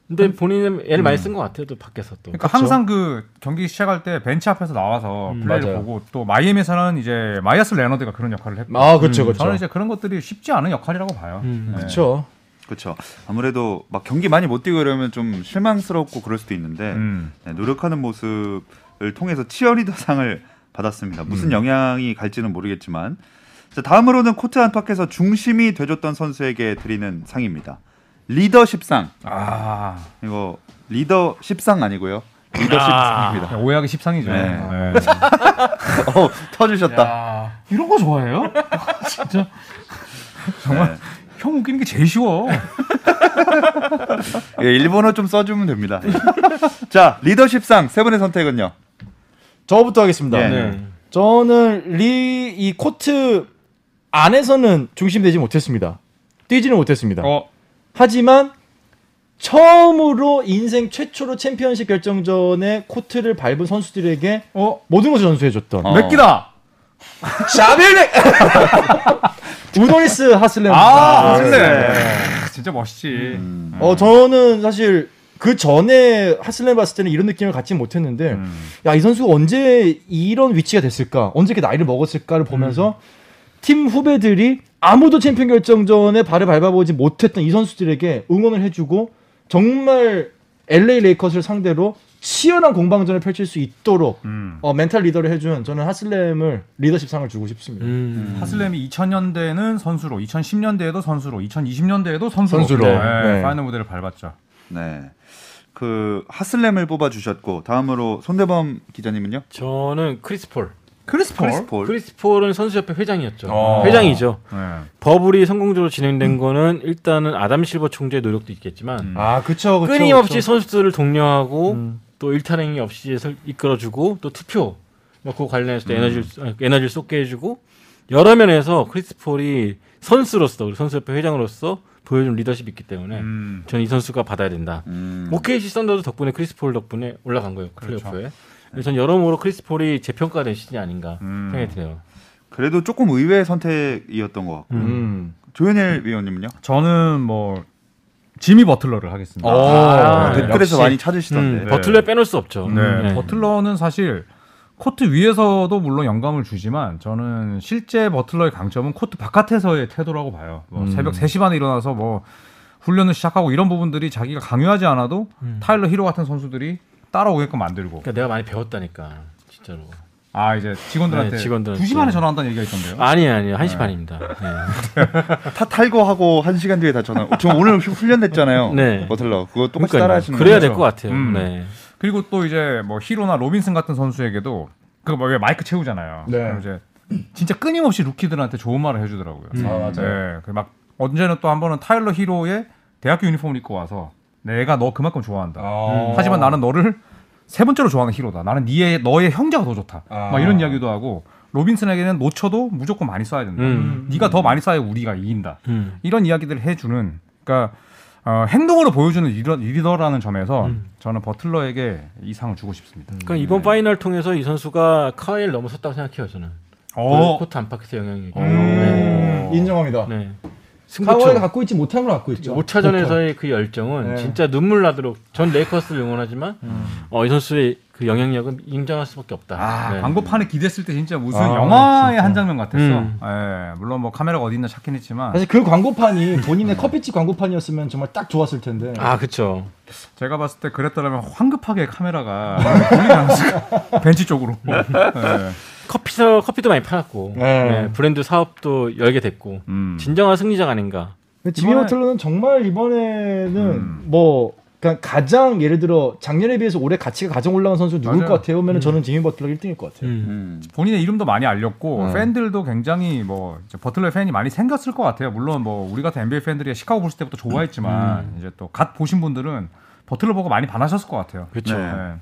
근데 본인은 애를 많이 쓴 것 같아요. 또 밖에서 또.
그러니까 항상 그 경기 시작할 때 벤치 앞에서 나와서
음,
플레이를
맞아요.
보고 또 마이애미에서는 이제 마이아스 레너드가 그런 역할을 했고
아, 그렇죠,
음,
그렇죠.
저는 이제 그런 것들이 쉽지 않은 역할이라고 봐요.
음.
네.
그렇죠.
그렇죠. 아무래도 막 경기 많이 못 뛰고 이러면 좀 실망스럽고 그럴 수도 있는데
음.
네, 노력하는 모습을 통해서 치어리더상을 받았습니다.
음.
무슨 영향이 갈지는 모르겠지만 자, 다음으로는 코트 안팎에서 중심이 되줬던 선수에게 드리는 상입니다. 리더십상
아
이거 리더십상 아니고요. 리더십상입니다.
그냥 오해하기 십상이죠.
네.
네.
어, 터주셨다.
야,
이런 거 좋아해요? 진짜
정말
정말 형 웃기는 게 제일 쉬워.
예, 일본어 좀 써주면 됩니다. 자 리더십상 세 분의 선택은요.
저부터 하겠습니다.
예.
네.
저는 리 이 코트 안에서는 중심되지 못했습니다. 뛰지는 못했습니다.
어,
하지만 처음으로 인생 최초로 챔피언십 결정전에 코트를 밟은 선수들에게
어,
모든 것을 전수해줬던
어.
몇 기다.
샤빌렉 우도리스 하슬렘.
아,
네.
맞네. 진짜 멋있지.
어 저는 사실 그 전에 하슬렘 봤을 때는 이런 느낌을 갖지 못했는데 야 이 선수가 언제 이런 위치가 됐을까 언제 이렇게 나이를 먹었을까를 보면서 팀 후배들이 아무도 챔피언 결정전에 발을 밟아보지 못했던 이 선수들에게 응원을 해주고 정말 LA 레이커스를 상대로 치열한 공방전을 펼칠 수 있도록
음.
어, 멘탈 리더를 해준 저는 하슬렘을 리더십상을 주고 싶습니다.
음.
하슬렘이 2000년대에는 선수로, 2010년대에도 선수로, 2020년대에도 선수로,
선수로.
네,
네.
파이널 무대를 밟았죠.
네. 그 하슬렘을 뽑아 주셨고 다음으로 손대범 기자님은요?
저는 크리스 폴.
크리스 폴.
크리스 폴.
크리스 폴은 선수협회 회장이었죠.
어.
회장이죠.
네.
버블이 성공적으로 진행된 거는 일단은 아담 실버 총재의 노력도 있겠지만
음.
아 그쵸 그쵸
끊임없이
그렇죠.
그쵸.
선수들을 독려하고
음.
또 일탈행위 없이 설- 이끌어주고 또 투표 뭐 그거 관련해서 또
음.
에너지를 아, 에너지를 쏟게 해주고 여러 면에서 크리스폴이 선수로서 우리 선수협회 회장으로서 보여준 리더십이 있기 때문에
음.
저는 이 선수가 받아야 된다.
음.
OKC 썬더도 덕분에 크리스폴 덕분에 올라간 거예요 플레이오프에.
그렇죠.
그래서 전 여러모로 크리스폴이 재평가된 시즌이 아닌가
음.
생각이 드네요.
그래도 조금 의외의 선택이었던 것 같고
음.
조현일 위원님은요?
저는 뭐 지미 버틀러를 하겠습니다.
어.
아,
그,
네.
댓글에서
역시.
많이 찾으시던데.
음, 버틀러 빼놓을 수 없죠.
네,
네.
버틀러는 사실 코트 위에서도 물론 영감을 주지만 저는 실제 버틀러의 강점은 코트 바깥에서의 태도라고 봐요. 뭐 새벽 3시 반에 일어나서 뭐 훈련을 시작하고 이런 부분들이 자기가 강요하지 않아도 타일러 히로 같은 선수들이 따라오게끔 만들고
그러니까 내가 많이 배웠다니까 진짜로.
아 이제
네,
직원들한테
직원들한테.
2시 반에 전화한다는 얘기가 있던데요.
아니에요, 아니에요. 한시 반입니다. 네.
타 탈거하고 한 시간 뒤에 다 전화. 어, 저 오늘 휴- 훈련됐잖아요.
네.
버틀러 그거 똑같이
그러니까요.
따라하시는
그래야
거죠?
될 것 같아요.
음.
네.
그리고 또 이제 뭐 히로나 로빈슨 같은 선수에게도 그왜 마이크 채우잖아요.
네.
그럼 이제 진짜 끊임없이 루키들한테 좋은 말을 해주더라고요.
음. 아,
네, 그막 언제는 또 한 번은 타일러 히로의 대학교 유니폼을 입고 와서 내가 너 그만큼 좋아한다. 음. 하지만 나는 너를 세 번째로 좋아하는 히로다. 나는 니의 너의 형제가 더 좋다.
아.
막 이런 이야기도 하고 로빈슨에게는 놓쳐도 무조건 많이 쏴야 된다.
음.
네가 더 많이 쏴야 우리가 이긴다.
음.
이런 이야기들을 해주는 그러니까 어, 행동으로 보여주는 리더, 리더라는 점에서 저는 버틀러에게 이 상을 주고 싶습니다.
음. 그러니까 이번 파이널 통해서 이 선수가 카일 넘어섰다고 생각해요 저는. 그
어,
코트 안팎에서 영향이. 있고.
음. 인정합니다.
네.
카와이가
승부처.
갖고 있지 못한 걸 갖고 있죠.
5차전에서의 그 열정은
네.
진짜 눈물 나도록 전 레이커스를 응원하지만 어, 이 선수의 그 영향력은 인정할 수밖에 없다.
아,
네.
광고판에 기댔을 때 진짜 무슨
아,
영화의 한 장면 같았어.
음.
예, 물론 뭐 카메라가 어디 있나 찾긴 했지만
사실 그 광고판이 본인의 커피집 광고판이었으면 정말 딱 좋았을 텐데.
아 그렇죠.
제가 봤을 때 그랬더라면 황급하게 카메라가 돌리지 않았을까? 벤치 쪽으로.
네.
예.
커피서 커피도 많이 팔았고
네.
네, 브랜드 사업도 열게 됐고
음.
진정한 승리자가 아닌가.
근데 지미
이번에-
버틀러는 정말 이번에는
음.
뭐 그러니까 가장 예를 들어 작년에 비해서 올해 가치가 가장 올라간 선수 누굴
맞아요.
것 같아요? 음. 하면 은 저는 지미 버틀러 1등일 것 같아요.
음.
본인의 이름도 많이 알렸고
음.
팬들도 굉장히 뭐 이제 버틀러의 팬이 많이 생겼을 것 같아요. 물론 뭐 우리 같은 NBA 팬들이 시카고 불스 때부터 좋아했지만 이제 또 갓 보신 분들은 버틀러 보고 많이 반하셨을 것 같아요.
그렇죠.
네.
예.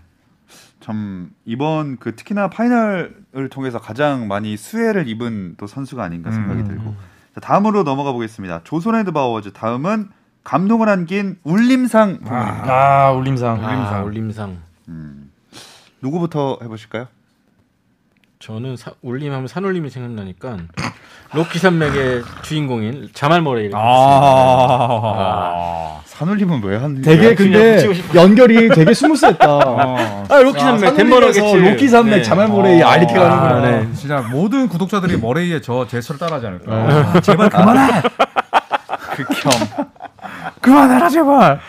참 이번 그 특히나 파이널을 통해서 가장 많이 수혜를 입은 또 선수가 아닌가 생각이
음.
들고 자, 다음으로 넘어가 보겠습니다. 조선헤드 바워즈 다음은 감동을 안긴 울림상 부문입니다.
아 울림상.
올림상. 올림상.
음. 누구부터 해보실까요?
저는 사, 울림하면 산울림이 생각나니까 로키 산맥의 주인공인 자말 머레일.
아.
산울림은 왜 하는
되게
그냥
근데
붙이고 싶어.
연결이 되게 스무스했다.
어.
음. 아 로키
아,
산맥
산울림에서
덴버러겠지. 로키 산맥
네.
자말모레이 아 이렇게 가는구나.
아, 네. 진짜 모든 구독자들이 머레이의 저 제스처를 따라하지 않을까. 제발
극혐.
그만해라 제발.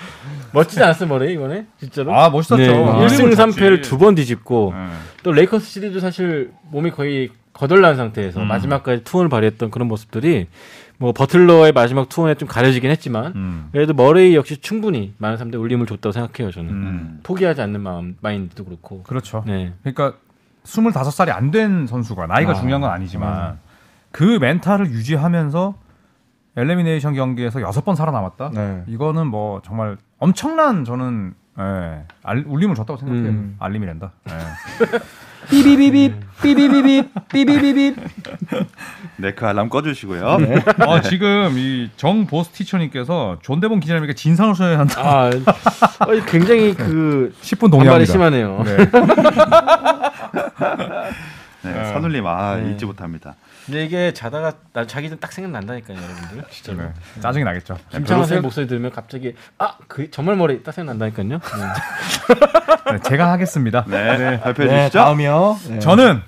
멋지지 않았어 머레이 이번에 진짜로?
아 멋있었죠.
네,
아,
1승
일본을
3패를
잤지.
두 번 뒤집고
네.
또 레이커스 시리즈 사실 몸이 거의 거덜난 상태에서
음.
마지막까지 투혼을 발휘했던 그런 모습들이 뭐 버틀러의 마지막 투혼에 좀 가려지긴 했지만
음.
그래도 머레이 역시 충분히 많은 사람들 울림을 줬다고 생각해요 저는
음.
포기하지 않는 마음 마인드도 그렇고
그렇죠.
네
그러니까 25살이 안 된 선수가 나이가
아,
중요한 건 아니지만 그 멘탈을 유지하면서 엘리미네이션 경기에서 여섯 번 살아남았다.
네.
이거는 뭐 정말 엄청난 저는 예, 알, 울림을 줬다고 생각해요.
음.
알림이 낸다. 예.
삐비비비 삐비비비 삐비비비.
네, 그 알람 꺼주시고요.
아, 지금 이 정보스 티처님께서 존대본 기자님에게 진상을 써야 한다.
아, 어, 굉장히 그
10분
반발이
동의합니다.
심하네요
네.
네, 산울림 아 잊지 못합니다.
근데 이게 자다가 나 자기 전 딱 생각난다니까요 여러분들 진짜로
네. 짜증이 나겠죠.
김창완 선생 목소리 들으면 갑자기 아 그 정말 머리 딱 생각난다니까요 네.
네, 제가 하겠습니다.
네, 발표해
네,
주시죠.
다음이요. 네.
저는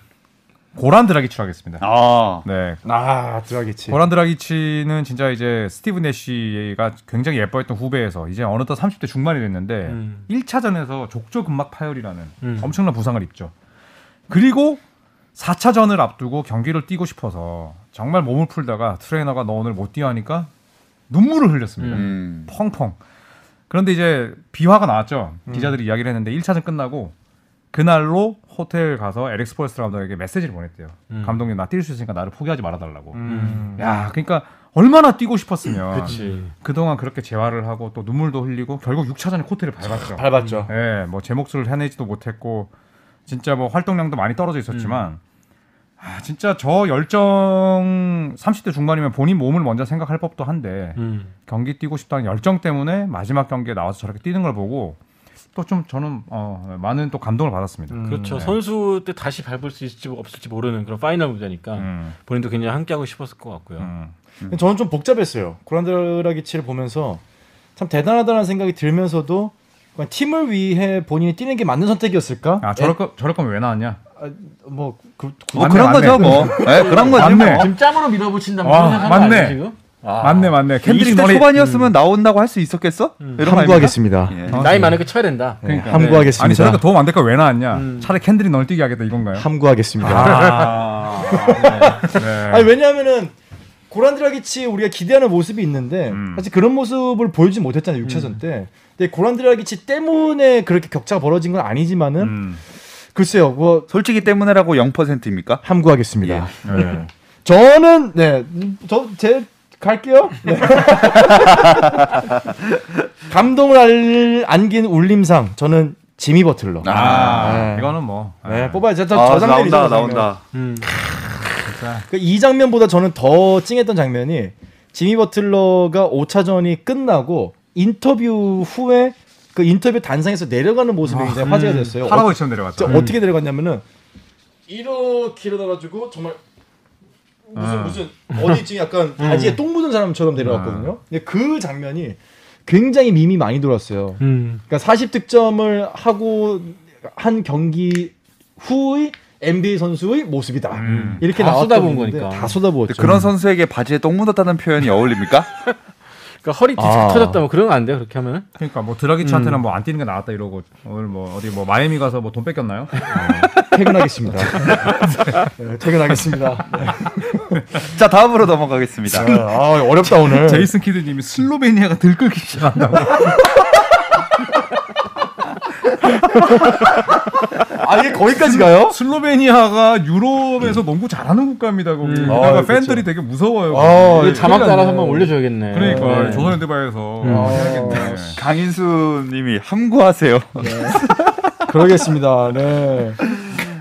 고란 드라기치로 하겠습니다.
아,
네,
아 드라기치.
고란 드라기치는 진짜 이제 스티브 내시가 굉장히 예뻐했던 후배에서 이제 어느덧 30대 중반이 됐는데
음.
1차전에서 족저 근막 파열이라는
음.
엄청난 부상을 입죠. 그리고 4차전을 앞두고 경기를 뛰고 싶어서 정말 몸을 풀다가 트레이너가 너 오늘 못 뛰어 하니까 눈물을 흘렸습니다.
음,
펑펑. 그런데 이제 비화가 나왔죠.
음.
기자들이 이야기를 했는데 1차전 끝나고 그날로 호텔 가서 에릭 스포레스 감독에게 메시지를 보냈대요.
음.
감독님 나 뛸 수 있으니까 나를 포기하지 말아달라고.
음.
야, 그러니까 얼마나 뛰고 싶었으면
그치
동안 그렇게 재활을 하고 또 눈물도 흘리고 결국 6차전에 코트를 밟았죠.
밟았죠.
예, 뭐 제 몫을 해내지도 못했고 진짜 뭐 활동량도 많이 떨어져 있었지만
음.
아, 진짜 저 열정 30대 중반이면 본인 몸을 먼저 생각할 법도 한데
음.
경기 뛰고 싶다는 열정 때문에 마지막 경기에 나와서 저렇게 뛰는 걸 보고 또 좀 저는 어, 많은 또 감동을 받았습니다.
그렇죠. 선수 때 다시 밟을 수 있을지 없을지 모르는 그런 파이널 무대니까
음,
본인도 굉장히 함께하고 싶었을 것 같고요.
음.
근데 저는 좀 복잡했어요. 고란드라기치를 보면서 참 대단하다는 생각이 들면서도 그냥 팀을 위해 본인이 뛰는 게 맞는 선택이었을까?
아
네.
저럴 거 저럴 거면 왜 나왔냐?
아, 뭐 그, 그,
뭐
맞네,
그런
맞네.
거죠, 뭐. 네, 그런 거지.
맞네.
뭐.
지금 짬으로 밀어붙인다 뭐
와,
그런 생각
맞네.
아니에요, 그 지금?
맞네 맞네. 캔드릭
20대
머리
초반이었으면 나온다고 할 수 있었겠어? 이런 거 아닙니까?
함구하겠습니다.
예.
아,
나이 많으니까 쳐야 된다.
네, 함구하겠습니다.
그러니까. 아니 저렇게 도움 안 될 걸 왜 나왔냐?
음.
차라리 캔들이 널 뛰게 하겠다 이건가요?
함구하겠습니다.
아, 네.
아니 왜냐하면은 고란드라기치 우리가 기대하는 모습이 있는데
음.
사실 그런 모습을 보여주지 못했잖아요 6차전 때. 근데 고란드라기치 때문에 그렇게 격차가 벌어진 건 아니지만은
음.
글쎄요 뭐
솔직히 때문에라고 0%입니까?
함구하겠습니다.
예.
네.
저는 네. 네저제 갈게요. 네. 감동을 알- 안긴 울림상 저는 지미 버틀러.
아,
네.
이거는 뭐
네
네.
뽑아야죠. 저,
아,
저 장면이죠.
나온다,
저 장면.
나온다.
음.
그이 장면보다 저는 더 찡했던 장면이 지미 버틀러가 5차전이 끝나고 인터뷰 후에 그 인터뷰 단상에서 내려가는
아,
모습이 굉장히
음.
화제가 됐어요. 어,
할아버지처럼
저
내려갔죠. 음.
어떻게 내려갔냐면은 이렇게 일어나가지고 정말 무슨 무슨 어디쯤
음.
약간 바지에 똥 묻은 사람처럼 내려갔거든요. 근데 그 장면이 굉장히 밈이 많이 돌았어요.
음.
그러니까 40득점을 하고 한 경기 후의 NBA 선수의 모습이다.
음.
이렇게
다
나왔던
쏟아부은
건데
거니까.
다 쏟아부었죠.
근데 그런 선수에게 바지에 똥 묻었다는 표현이 어울립니까?
그러니까 허리 디스크
아.
터졌다 뭐 그런 거 안 돼요. 그렇게 하면은.
그러니까
음.
뭐 드라기치한테는 뭐 안 뛰는 게 나았다 이러고 오늘 뭐 어디 뭐 마이미 가서 뭐 돈 뺏겼나요?
네. 퇴근하겠습니다. 네, 퇴근하겠습니다. 네.
자, 다음으로 넘어가겠습니다.
아, 어렵다 오늘.
제이슨 키드님이 슬로베니아가 들끓기 시작한다고.
아 이게 거기까지 가요?
슬로베니아가 유럽에서 농구 잘하는 국가입니다. 거기.
음.
그러니까
음. 아,
팬들이
그렇죠.
되게 무서워요.
아,
거기.
이거 자막
큰일
따라서
났네.
한번 올려줘야겠네.
그러니까
네.
조선일대바에서
아.
아,
음.
해야겠네.
강인수 님이 함구하세요.
그러겠습니다. 네.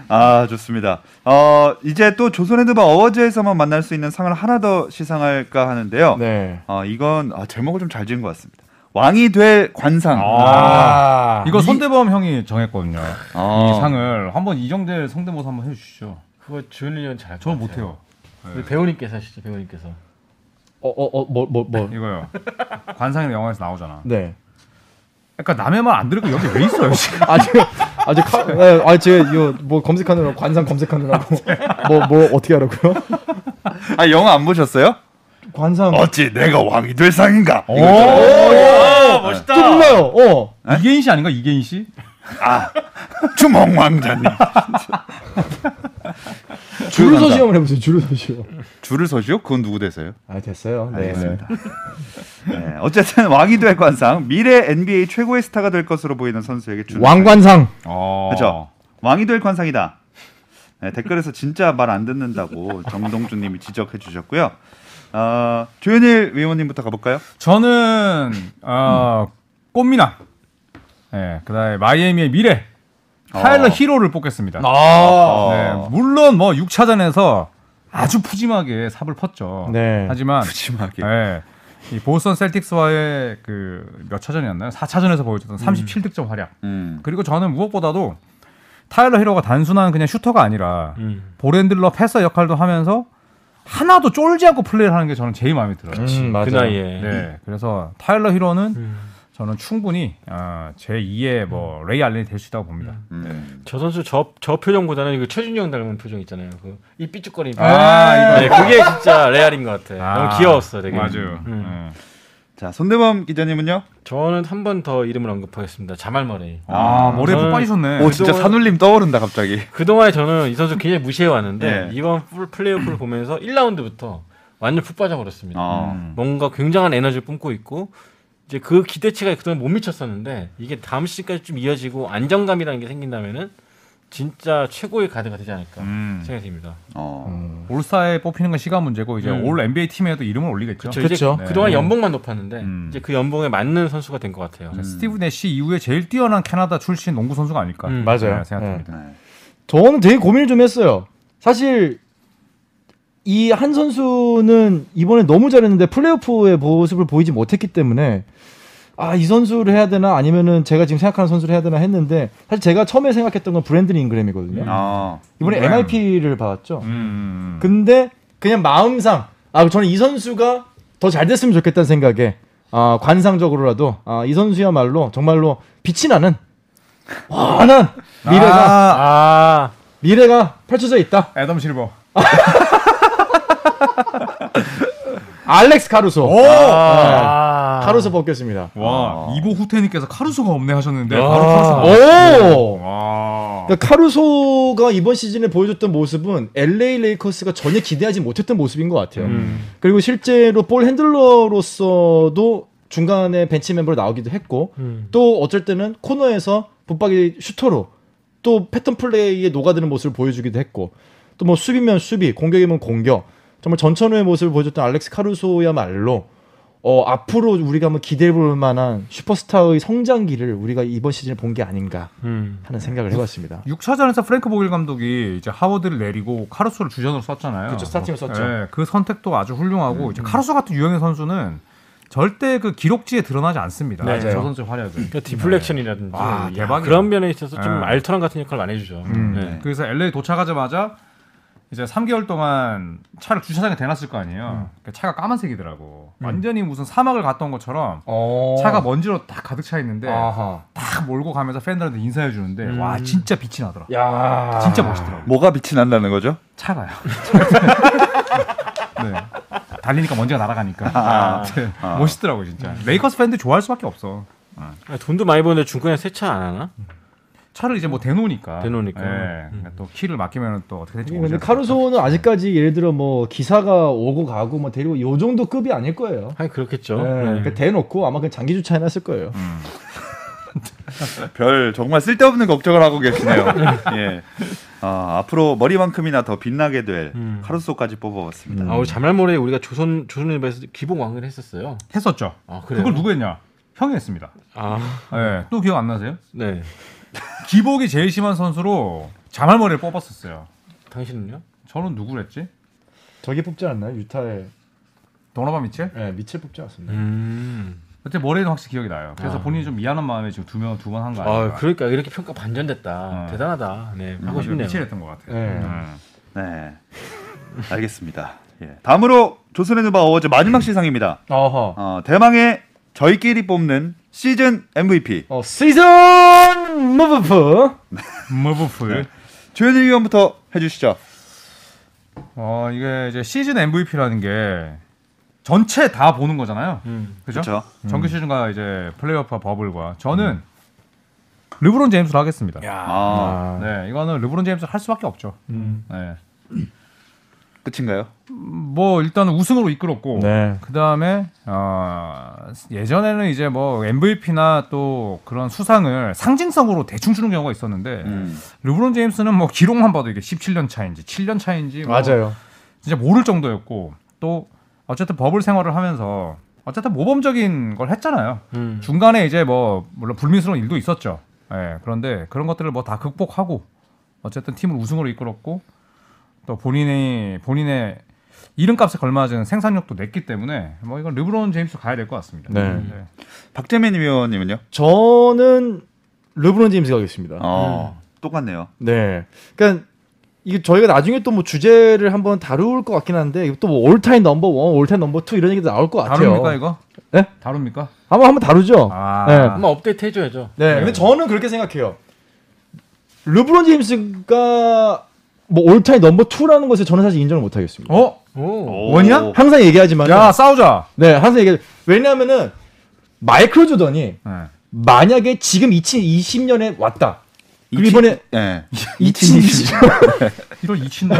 아 좋습니다. 어 이제 또 조선핸드바 어워즈에서만 만날 수 있는 상을 하나 더 시상할까 하는데요.
네.
어 이건 아, 제목을 좀 잘 지은 것 같습니다. 왕이 될 관상.
아,
이거 손대범 형이 정했거든요.
어.
이 상을 한번 이정재 성대모사 한번 해주시죠.
그거 주현이 형 잘할
저
것 같아요.
못해요.
우리 배우님께서 하시죠 배우님께서
어어어뭐뭐 뭐.
이거요. 관상이 영화에서 나오잖아.
네.
그러니까 남의 말 안 들고 여기 왜 있어요 지금?
아직 아직 카, 네, 아 제가 이거 뭐 검색하느라 고 관상 검색하느라고 뭐 뭐 어떻게 하라고요?
아 영화 안 보셨어요? 어?
관상
어찌 내가 왕이 될 상인가?
오,
또 몰라요. 어.
네?
이계인 씨 아닌가 이계인 씨?
아, 주몽 왕자님.
줄을 서 시험을 해보세요. 줄을 서 시험.
줄을 서시오? 그건 누구 되세요?
아 됐어요. 네.
알겠습니다. 네, 어쨌든 왕이 될 관상, 미래 NBA 최고의 스타가 될 것으로 보이는 선수에게 주는
왕관상.
어.
그죠? 왕이 될 관상이다. 네, 댓글에서 진짜 말 안 듣는다고 정동주님이 지적해 주셨고요. 어, 조현일 위원님부터 가볼까요?
저는 어, 꽃미남. 예, 그다음에 마이애미의 미래 타일러
어.
히로를 뽑겠습니다.
아,
네, 물론 뭐 6차전에서 아주 푸짐하게 삽을 폈죠.
네.
하지만
푸짐하게.
예, 이 보스턴 셀틱스와의 그 몇 차전이었나요? 4차전에서 보여줬던 37득점 활약.
음,
그리고 저는 무엇보다도 타일러 히로가 단순한 그냥 슈터가 아니라
음.
보랜들러 패서 역할도 하면서 하나도 쫄지 않고 플레이를 하는 게 저는 제일 마음에 들어요.
그 나이에
네, 그래서 타일러 히로는
음.
저는 충분히 아, 제 2의 뭐 레이 알렌이 될 수 있다고 봅니다.
음.
저 선수 저, 저 표정보다는 이거 최준이 형 닮은 표정 있잖아요 그 이 삐죽거리는
아,
네, 그게 진짜 레알인 것 같아 너무 귀여웠어 되게
맞아요.
음.
네.
자, 손대범 기자님은요?
저는 한 번 더 이름을 언급하겠습니다 자말 머레이
아, 머리에 푹
저는-
빠지셨네.
오, 진짜 산울림 떠오른다 갑자기.
그동안에 저는 이 선수 굉장히 무시해 왔는데
네.
예.
이번 풀 플레이오프를 보면서 1라운드부터 완전 푹 빠져버렸습니다.
어.
아.
뭔가 굉장한 에너지를 뿜고 있고 이제 그 기대치가 그동안 못 미쳤었는데 이게 다음 시즌까지 좀 이어지고 안정감이라는 게 생긴다면은 진짜 최고의 가드가 되지 않을까
음.
생각이 듭니다.
어.
올스타에 뽑히는 건 시간 문제고 이제
음.
올 NBA 팀에도 이름을 올리겠죠.
그쵸,
네.
이제
그쵸.
그동안 연봉만 높았는데
음.
이제 그 연봉에 맞는 선수가 된 것 같아요.
스티브 내시 이후에 제일 뛰어난 캐나다 출신 농구 선수가 아닐까
음.
맞아요.
네, 생각합니다.
네.
저는 되게 고민을 좀 했어요. 사실 이 한 선수는 이번에 너무 잘했는데 플레이오프의 모습을 보이지 못했기 때문에 아 이 선수를 해야 되나 아니면은 제가 지금 생각하는 선수를 해야 되나 했는데 사실 제가 처음에 생각했던 건 브랜든 잉그램이거든요.
어.
이번에
잉그램.
MIP를 받았죠.
아, 음, 음, 음.
근데 그냥 마음상 아 저는 이 선수가 더 잘 됐으면 좋겠다는 생각에 아 관상적으로라도 아 이 선수야말로 정말로 빛이 나는 환한 미래가
아,
아,
미래가 펼쳐져 있다.
네.
애덤 실버.
알렉스 카루소. 네.
아.
카루소 벗겼습니다.
와, 이보 후테님께서 카루소가 없네 하셨는데
야.
바로 카루소가. 나왔어요.
오.
와.
그러니까 카루소가 이번 시즌에 보여줬던 모습은 LA 레이커스가 전혀 기대하지 못했던 모습인 것 같아요.
음.
그리고 실제로 볼 핸들러로서도 중간에 벤치 멤버로 나오기도 했고
음.
또 어쩔 때는 코너에서 붙박이 슈터로 또 패턴 플레이에 녹아드는 모습을 보여주기도 했고 또 뭐 수비면 수비 공격이면 공격 정말 전천후의 모습을 보여줬던 알렉스 카루소야말로 어, 앞으로 우리가 한번 기대해볼 만한 슈퍼스타의 성장기를 우리가 이번 시즌에 본 게 아닌가
음.
하는 생각을 해봤습니다.
6차전에서 프랭크 보길 감독이 이제 하워드를 내리고 카루소를 주전으로 썼잖아요.
그쵸, 스타팅을 썼죠. 음,
예, 그 선택도 아주 훌륭하고 이제 카루소 같은 유형의 선수는 절대 그 기록지에 드러나지 않습니다.
네.
저 선수의 활약은.
그 디플렉션이라든지
아,
야,
대박이다.
그런 면에 있어서 좀
네.
알토란 같은 역할을 많이 해주죠.
음,
네.
그래서 LA 도착하자마자 이제 3개월 동안 차를 주차장에 대놨을 거
음.
아니에요. 그 차가 까만색이더라고. 완전히 무슨 사막을 갔던 것처럼 어, 차가 먼지로 다 가득 차 있는데
어. 아하. 음.
딱 몰고 가면서 팬들한테 인사해 주는데 와 진짜 빛이 나더라.
야.
진짜 멋있더라고.
뭐가 빛이 난다는 거죠?
차가요. 네. 달리니까 먼지가 날아가니까. 네. 멋있더라고 진짜.
음.
레이커스 팬들 좋아할 수밖에 없어.
아, 돈도 많이 버는데 중간에 세차 안 하나?
차를 이제 뭐 대놓으니까.
대놓으니까.
예. 그러니까 또 키를 맡기면 또 어떻게 될지 모르죠.
음, 근데 카루소는 아직까지 예를 들어 뭐 기사가 오고 가고 뭐 데리고 요 정도 급이 아닐 거예요.
하긴 그렇겠죠.
네, 그러니까 대놓고 아마 그냥 장기 주차 해놨을 거예요.
별 정말 쓸데없는 걱정을 하고 계시네요. 예. 아, 앞으로 머리만큼이나 더 빛나게 될
음.
카루소까지 뽑아봤습니다.
아, 우리 자말모레 우리가 조선 조선일보에서 기복 왕을 했었어요.
했었죠.
아, 그래요?
그걸 누구 했냐? 형이 했습니다.
아,
예. 또 기억 안 나세요?
네.
기복이 제일 심한 선수로 자말머리를 뽑았었어요.
당신은요?
저는 누구를 했지?
저기 뽑지 않았나요? 유타에
도너바 미첼?
네, 미첼 뽑지 않았습니다.
음.
그때 머리는 확실히 기억이 나요. 그래서
아.
본인이 좀 미안한 마음에 지금 두 명 두 번 한 거
아,
아닌가?
그러니까 이렇게 평가 반전됐다.
어.
대단하다. 네, 하고
음,
싶네요.
미첼 했던 것 같아요.
네.
음.
네. 알겠습니다. 예. 다음으로 조선의 누바 어워즈 마지막 시상입니다.
어허.
어, 대망의 저희끼리 뽑는 시즌 MVP.
어, 시즌 무브프.
무브풀.
조현일 위원부터 해주시죠.
어 이게 이제 시즌 MVP라는 게 전체 다 보는 거잖아요. 그죠? 음.
그렇죠.
정규 시즌과 이제 플레이오프와 버블과 저는 르브론 제임스로 하겠습니다.
아,
네, 이거는 르브론 제임스 할 수밖에 없죠. 네.
끝인가요?
뭐 일단 우승으로 이끌었고
네.
그 다음에 어, 예전에는 이제 뭐 MVP나 또 그런 수상을 상징성으로 대충 주는 경우가 있었는데
음.
르브론 제임스는 뭐 기록만 봐도 이게 17년 차인지 7년 차인지 뭐
맞아요.
진짜 모를 정도였고 또 어쨌든 버블 생활을 하면서 어쨌든 모범적인 걸 했잖아요.
음.
중간에 이제 뭐 물론 불미스러운 일도 있었죠. 예, 그런데 그런 것들을 뭐 다 극복하고 어쨌든 팀을 우승으로 이끌었고 또 본인의 본인의 이름값에 걸맞은 생산력도 냈기 때문에 뭐 이건 르브론 제임스 가야 될 것 같습니다.
네.
박재민 위원님은요?
음. 저는 르브론 제임스 가겠습니다.
아.
어, 똑같네요.
네. 그러니까 이게 저희가 나중에 또 뭐 주제를 한번 다룰 것 같긴 한데 또뭐 올타임 넘버 원, 올타임 넘버 투 이런 얘기도 나올 것 같아요.
다룹니까 이거?
예?
다룹니까?
아마 한번 다루죠.
아.
네.
한번 업데이트 해줘야죠.
네. 근데 저는 그렇게 생각해요. 르브론 제임스가 뭐 올타임 넘버 투라는 것을 저는 사실 인정을 못 하겠습니다.
어?
오.
원이야?
항상 얘기하지만
야 싸우자.
네, 항상 얘기해. 왜냐면은 마이클 조던이
네.
만약에 지금 2020년에 왔다. 그리고 이번에
예.
2020,
1월 2친다.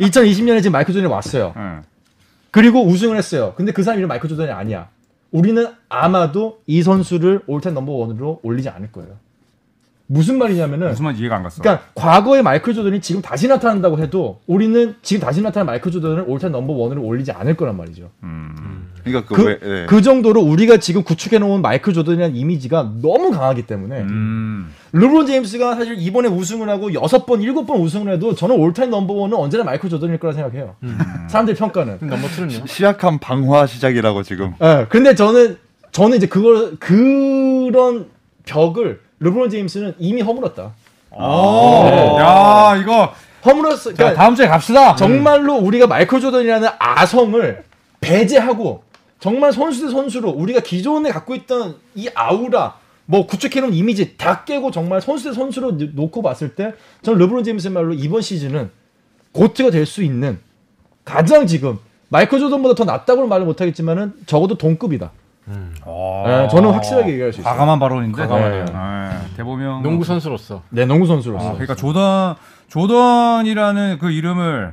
2020년에 지금 마이클 조던이 왔어요.
네.
그리고 우승을 했어요. 근데 그 사람 이름 마이클 조던이 아니야. 우리는 아마도 이 선수를 올텐 넘버 원으로 올리지 않을 거예요. 무슨 말이냐면은
무슨 말인지 이해가 안 갔어.
그러니까 과거의 마이클 조던이 지금 다시 나타난다고 해도 우리는 지금 다시 나타난 마이클 조던을 올텐 넘버 원으로 올리지 않을 거란 말이죠.
그러니까 그,
그,
왜, 예.
그 정도로 우리가 지금 구축해 놓은 마이클 조던이라는 이미지가 너무 강하기 때문에
음.
르브론 제임스가 사실 이번에 우승을 하고 여섯 번, 일곱 번 우승을 해도 저는 올타임 넘버원은 언제나 마이클 조던일 거라 생각해요. 사람들 평가는.
그럼 넘버 2는요?
시작한 방화 시작이라고 지금.
예, 근데 저는 저는 이제 그걸 그런 벽을 르브론 제임스는 이미 허물었다.
어.
오. 네. 야 이거
허물었어.
자
그러니까
다음 주에 갑시다.
정말로 우리가 마이클 조던이라는 아성을 배제하고 정말 선수 대 선수로 우리가 기존에 갖고 있던 이 아우라 뭐 구축해놓은 이미지 다 깨고 정말 선수 대 선수로 놓- 놓고 봤을 때 저는 르브론 제임스 말로 이번 시즌은 고트가 될 수 있는 가장 지금 마이클 조던보다 더 낫다고는 말을 못하겠지만은 적어도 동급이다. 예, 저는 확실하게 얘기할 수 있어요.
과감한 발언인데.
과감하네요.
네, 대보명.
농구 선수로서.
네, 농구 선수로서.
아, 그러니까 조던 조던이라는 그 이름을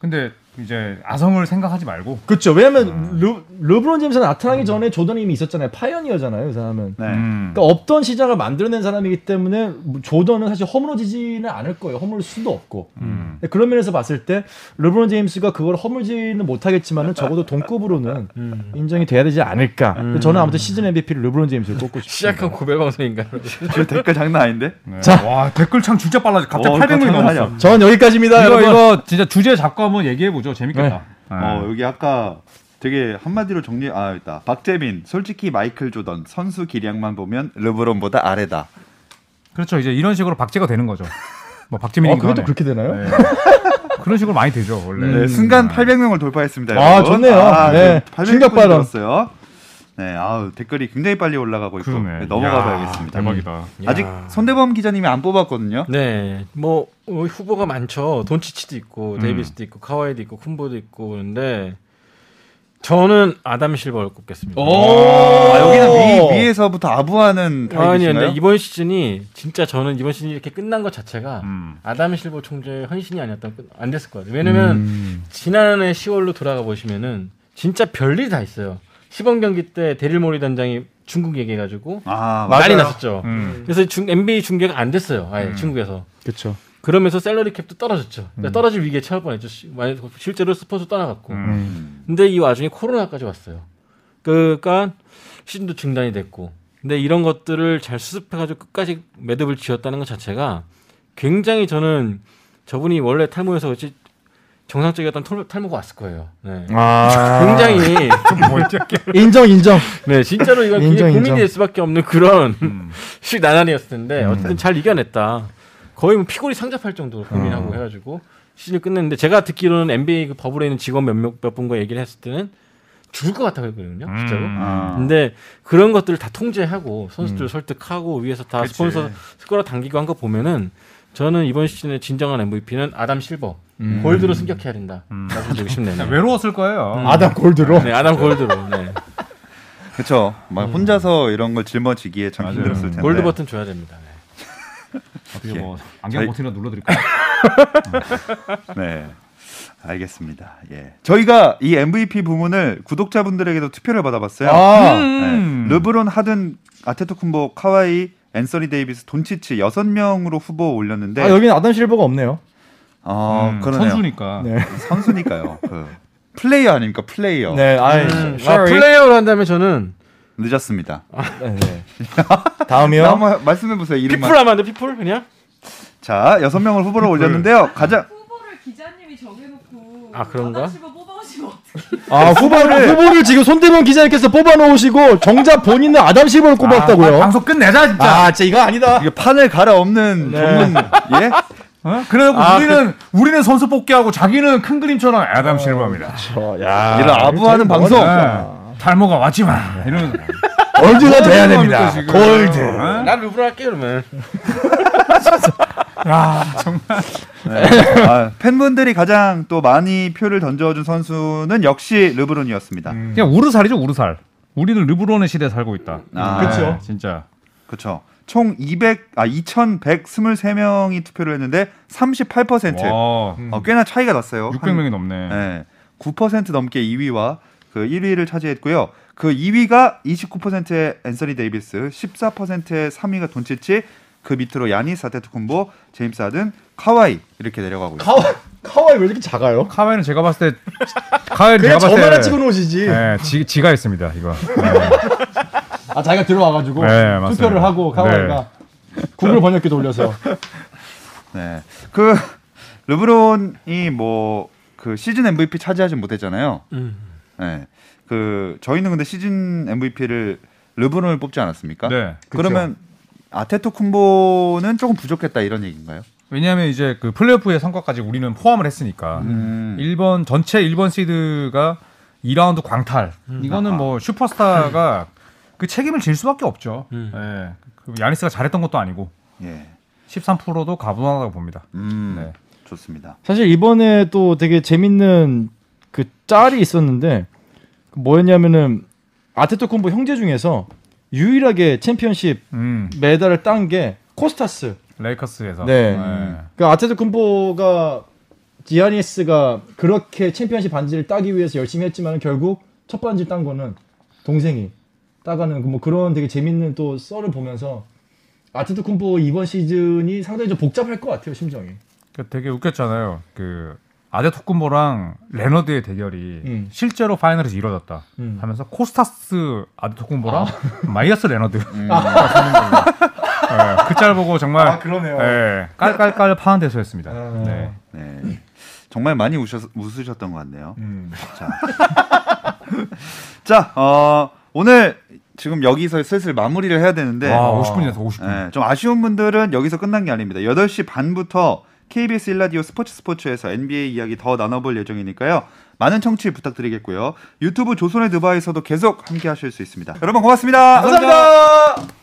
근데 이제 아성을 생각하지 말고.
그렇죠. 왜냐면 르, 르브론 제임스 나타나기 전에 조던이 이미 있었잖아요. 파이어니어잖아요, 그 사람은.
네.
음.
그러니까 없던 시장을 만들어낸 사람이기 때문에 조던은 사실 허물어지지는 않을 거예요. 허물 수도 없고. 근데 그런 면에서 봤을 때 르브론 제임스가 그걸 허물지는 못하겠지만은 적어도 동급으로는 인정이 돼야 되지 않을까. 근데 저는 아무튼 시즌 MVP를 르브론 제임스를 꼽고 싶습니다.
시작한 고별 방송인가요?
저 댓글 장난 아닌데?
네.
자.
와 댓글 창 진짜 빨라져. 갑자기
어,
800명이
장난 아니야.
넘었어.
저는 여기까지입니다,
이거
여러분.
이거 진짜 주제 잡고 한번 얘기해 보죠. 재밌겠다. 네.
어, 여기 아까 되게 한마디로 정리 아 있다. 박재민 솔직히 마이클 조던 선수 기량만 보면 르브론보다 아래다.
그렇죠. 이제 이런 식으로 박제가 되는 거죠. 뭐 박재민이
아, 그게 또 그렇게 되나요?
그런 식으로 많이 되죠 원래.
음.
음.
네, 순간 800명을 돌파했습니다.
아,
여러분.
좋네요. 네,
800명이
충격 발언.
늘었어요. 네, 아우 댓글이 굉장히 빨리 올라가고 있고
그러네.
네, 넘어가
야,
봐야겠습니다.
대박이다.
아직 손대범 기자님이 안 뽑았거든요.
네, 뭐 어, 후보가 많죠. 돈치치도 있고 데이비스도 있고 카와이도 있고 쿤보도 있고 그런데 저는 아담 실버를 꼽겠습니다.
아, 여기는 위, 위에서부터 아부하는
아니 근데
타입이신가요?
이번 시즌이 진짜 저는 이번 시즌이 이렇게 끝난 것 자체가
음.
아담 실버 총재의 헌신이 아니었다면 끝- 안 됐을 것 같아요. 왜냐면 지난해 10월로 돌아가 보시면은 진짜 별일 다 있어요. 시범 경기 때 데릴 모리 단장이 중국 얘기해가지고
아, 맞-
난리 났었죠.
음.
그래서 중, NBA 중계가 안 됐어요. 아예 중국에서.
그렇죠.
그러면서 셀러리 캡도 떨어졌죠. 그러니까 떨어질 위기에 처할 뻔했죠. 시- 만약- 실제로 스포츠 떠나갔고. 근데 이 와중에 코로나까지 왔어요. 그러니까 시즌도 중단이 됐고. 근데 이런 것들을 잘 수습해가지고 끝까지 매듭을 지었다는 것 자체가 굉장히 저는 저분이 원래 탈모여서 그렇지 정상적이었던 털- 탈모가 왔을 거예요. 네.
아.
굉장히
인정, 인정.
네 진짜로 이건 굉장히
인정, 음.
고민이
인정.
음.
될 수밖에 없는 그런 식 나날이었을 텐데 어쨌든 잘 이겨냈다. 거의 뭐 피골이 상접할 정도로 고민하고
음.
해가지고 시즌 끝냈는데 제가 듣기로는 NBA 그 버블에 있는 직원 몇몇 몇 분과 얘기를 했을 때는 죽을 것 같다고 했거든요, 진짜로.
아.
근데 그런 것들을 다 통제하고 선수들
음.
을 설득하고 위에서 다
그치.
스폰서 끌어 당기고 한 거 보면은 저는 이번 시즌의 진정한 MVP는 아담 실버
음.
골드로 승격해야 된다.
음.
말씀드리고 싶네요.
아,
네.
외로웠을 거예요.
아담 골드로.
네, 아담 골드로. 네.
그렇죠. 막 혼자서 이런 걸 짊어지기에 참
맞아요.
힘들었을 텐데.
음. 골드 버튼 줘야 됩니다. 네.
어떻게 뭐 안경
저희-
버튼이나 눌러드릴까요?
네. 알겠습니다. 예. 저희가 이 MVP 부문을 구독자분들에게도 투표를 받아봤어요.
아,
네. 르브론, 하든, 아테토쿤보, 카와이, 앤서니 데이비스, 돈치치 여섯 명으로 후보 올렸는데
아, 여기는 아담 실버가 없네요.
어,
음,
그러네요.
선수니까.
네.
선수니... 까요 그 플레이어 아닙니까? 플레이어.
네, 아이,
음, 아,
sorry.
플레이어로 한다면 저는
늦었습니다.
네, 네. 다음이요.
다음 한- 말씀해 보세요. 이름만.
피플 하면 안 돼, 피플 그냥?
자, 여섯 명을 후보로 올렸는데요. 가장
후보를 기자님이 정해놓고
아, 그런가?
아담 실버 뽑아오시면 어떡해
아, 후보를 후보를 지금 손대범 기자님께서 뽑아놓으시고 정작 본인은 아담 실버를
아,
꼽았다고요.
방송 끝내자 진짜.
아, 진짜 이거 아니다.
이게 판을 갈아엎는 전문 예?
어? 그래놓고
아,
우리는 우리는 선수 뽑기하고 자기는 큰 그림처럼 아담 실버입니다.
저, 야,
이런 아부하는 방송.
네. 탈모가 왔지만 이러면서
얼주가 돼야
합니까,
됩니다.
지금?
골드.
어?
난 르브론 할게 그러면.
야 정말
아, 팬분들이 가장 또 많이 표를 던져준 선수는 역시 르브론이었습니다.
그냥 우르살이죠 우르살. 우리는 르브론의 시대에 살고 있다.
아,
네,
그쵸.
진짜.
그렇죠. 총 200, 아 2,123명이 투표를 했는데 38%.
와,
어, 꽤나 차이가 났어요.
600명이 넘네.
네. 9% 넘게 2위와 그 1위를 차지했고요. 그 2위가 29%의 앤서니 데이비스, 14%의 3위가 돈치치, 그 밑으로 야니스 아테투쿤보, 제임스 하든, 카와이 이렇게 내려가고 있어요.
카와 카와이 왜 이렇게 작아요?
카와이는 제가 봤을 때 카와이는
그냥
제가 봤을 때
저만 찍어 놓으시지.
네, 지, 지가 있습니다 이거.
아, 자기가 들어와가지고
네, 맞습니다.
투표를 하고 카와이가 구글 번역기 돌려서
네. 그 르브론이 뭐 그 시즌 MVP 차지하지 못했잖아요.
음.
네. 그 저희는 근데 시즌 MVP를 르브론을 뽑지 않았습니까?
네.
그러면 아테토쿤보는 조금 부족했다 이런 얘기인가요?
왜냐하면 이제 그 플레이오프의 성과까지 우리는 포함을 했으니까
음.
일본 전체 일본 시드가 2라운드 광탈. 이거는 뭐 슈퍼스타가 그 책임을 질 수밖에 없죠.
음.
예. 그 야니스가 잘했던 것도 아니고
예.
13%도 가분하다고 봅니다.
음.
네.
좋습니다.
사실 이번에 또 되게 재밌는 그 짤이 있었는데 그 뭐였냐면은 아테토콤보 형제 중에서 유일하게 챔피언십
음.
메달을 딴 게 코스타스.
레이커스에서
네.
예.
그러니까 아테토콤보가 디아니스가 그렇게 챔피언십 반지를 따기 위해서 열심히 했지만 결국 첫 반지를 딴 거는 동생이 따가는 뭐 그런 되게 재밌는 또 썰을 보면서 아테토콤보 이번 시즌이 상당히 좀 복잡할 것 같아요 심정이.
그 되게 웃겼잖아요. 그 아데 토쿤보랑 레너드의 대결이
음.
실제로 파이널에서 이루어졌다
음.
하면서 코스타스 아데 토쿤보랑 마이어스 레너드
음.
그 짤 보고 정말
아. 그러네요. 아.
예, 깔깔깔 파는 대소였습니다. 네.
네. 정말 많이 우셔, 웃으셨던 것 같네요.
음.
자, 자 어, 오늘 지금 여기서 슬슬 마무리를 해야 되는데
와 아, 50분이 돼서 50분.
예, 좀 네. 아쉬운 분들은 여기서 끝난 게 아닙니다. 8시 반부터 KBS 일라디오 스포츠 스포츠에서 NBA 이야기 더 나눠볼 예정이니까요. 많은 청취 부탁드리겠고요. 유튜브 조선의 드바에서도 계속 함께 하실 수 있습니다. 여러분 고맙습니다 감사합니다.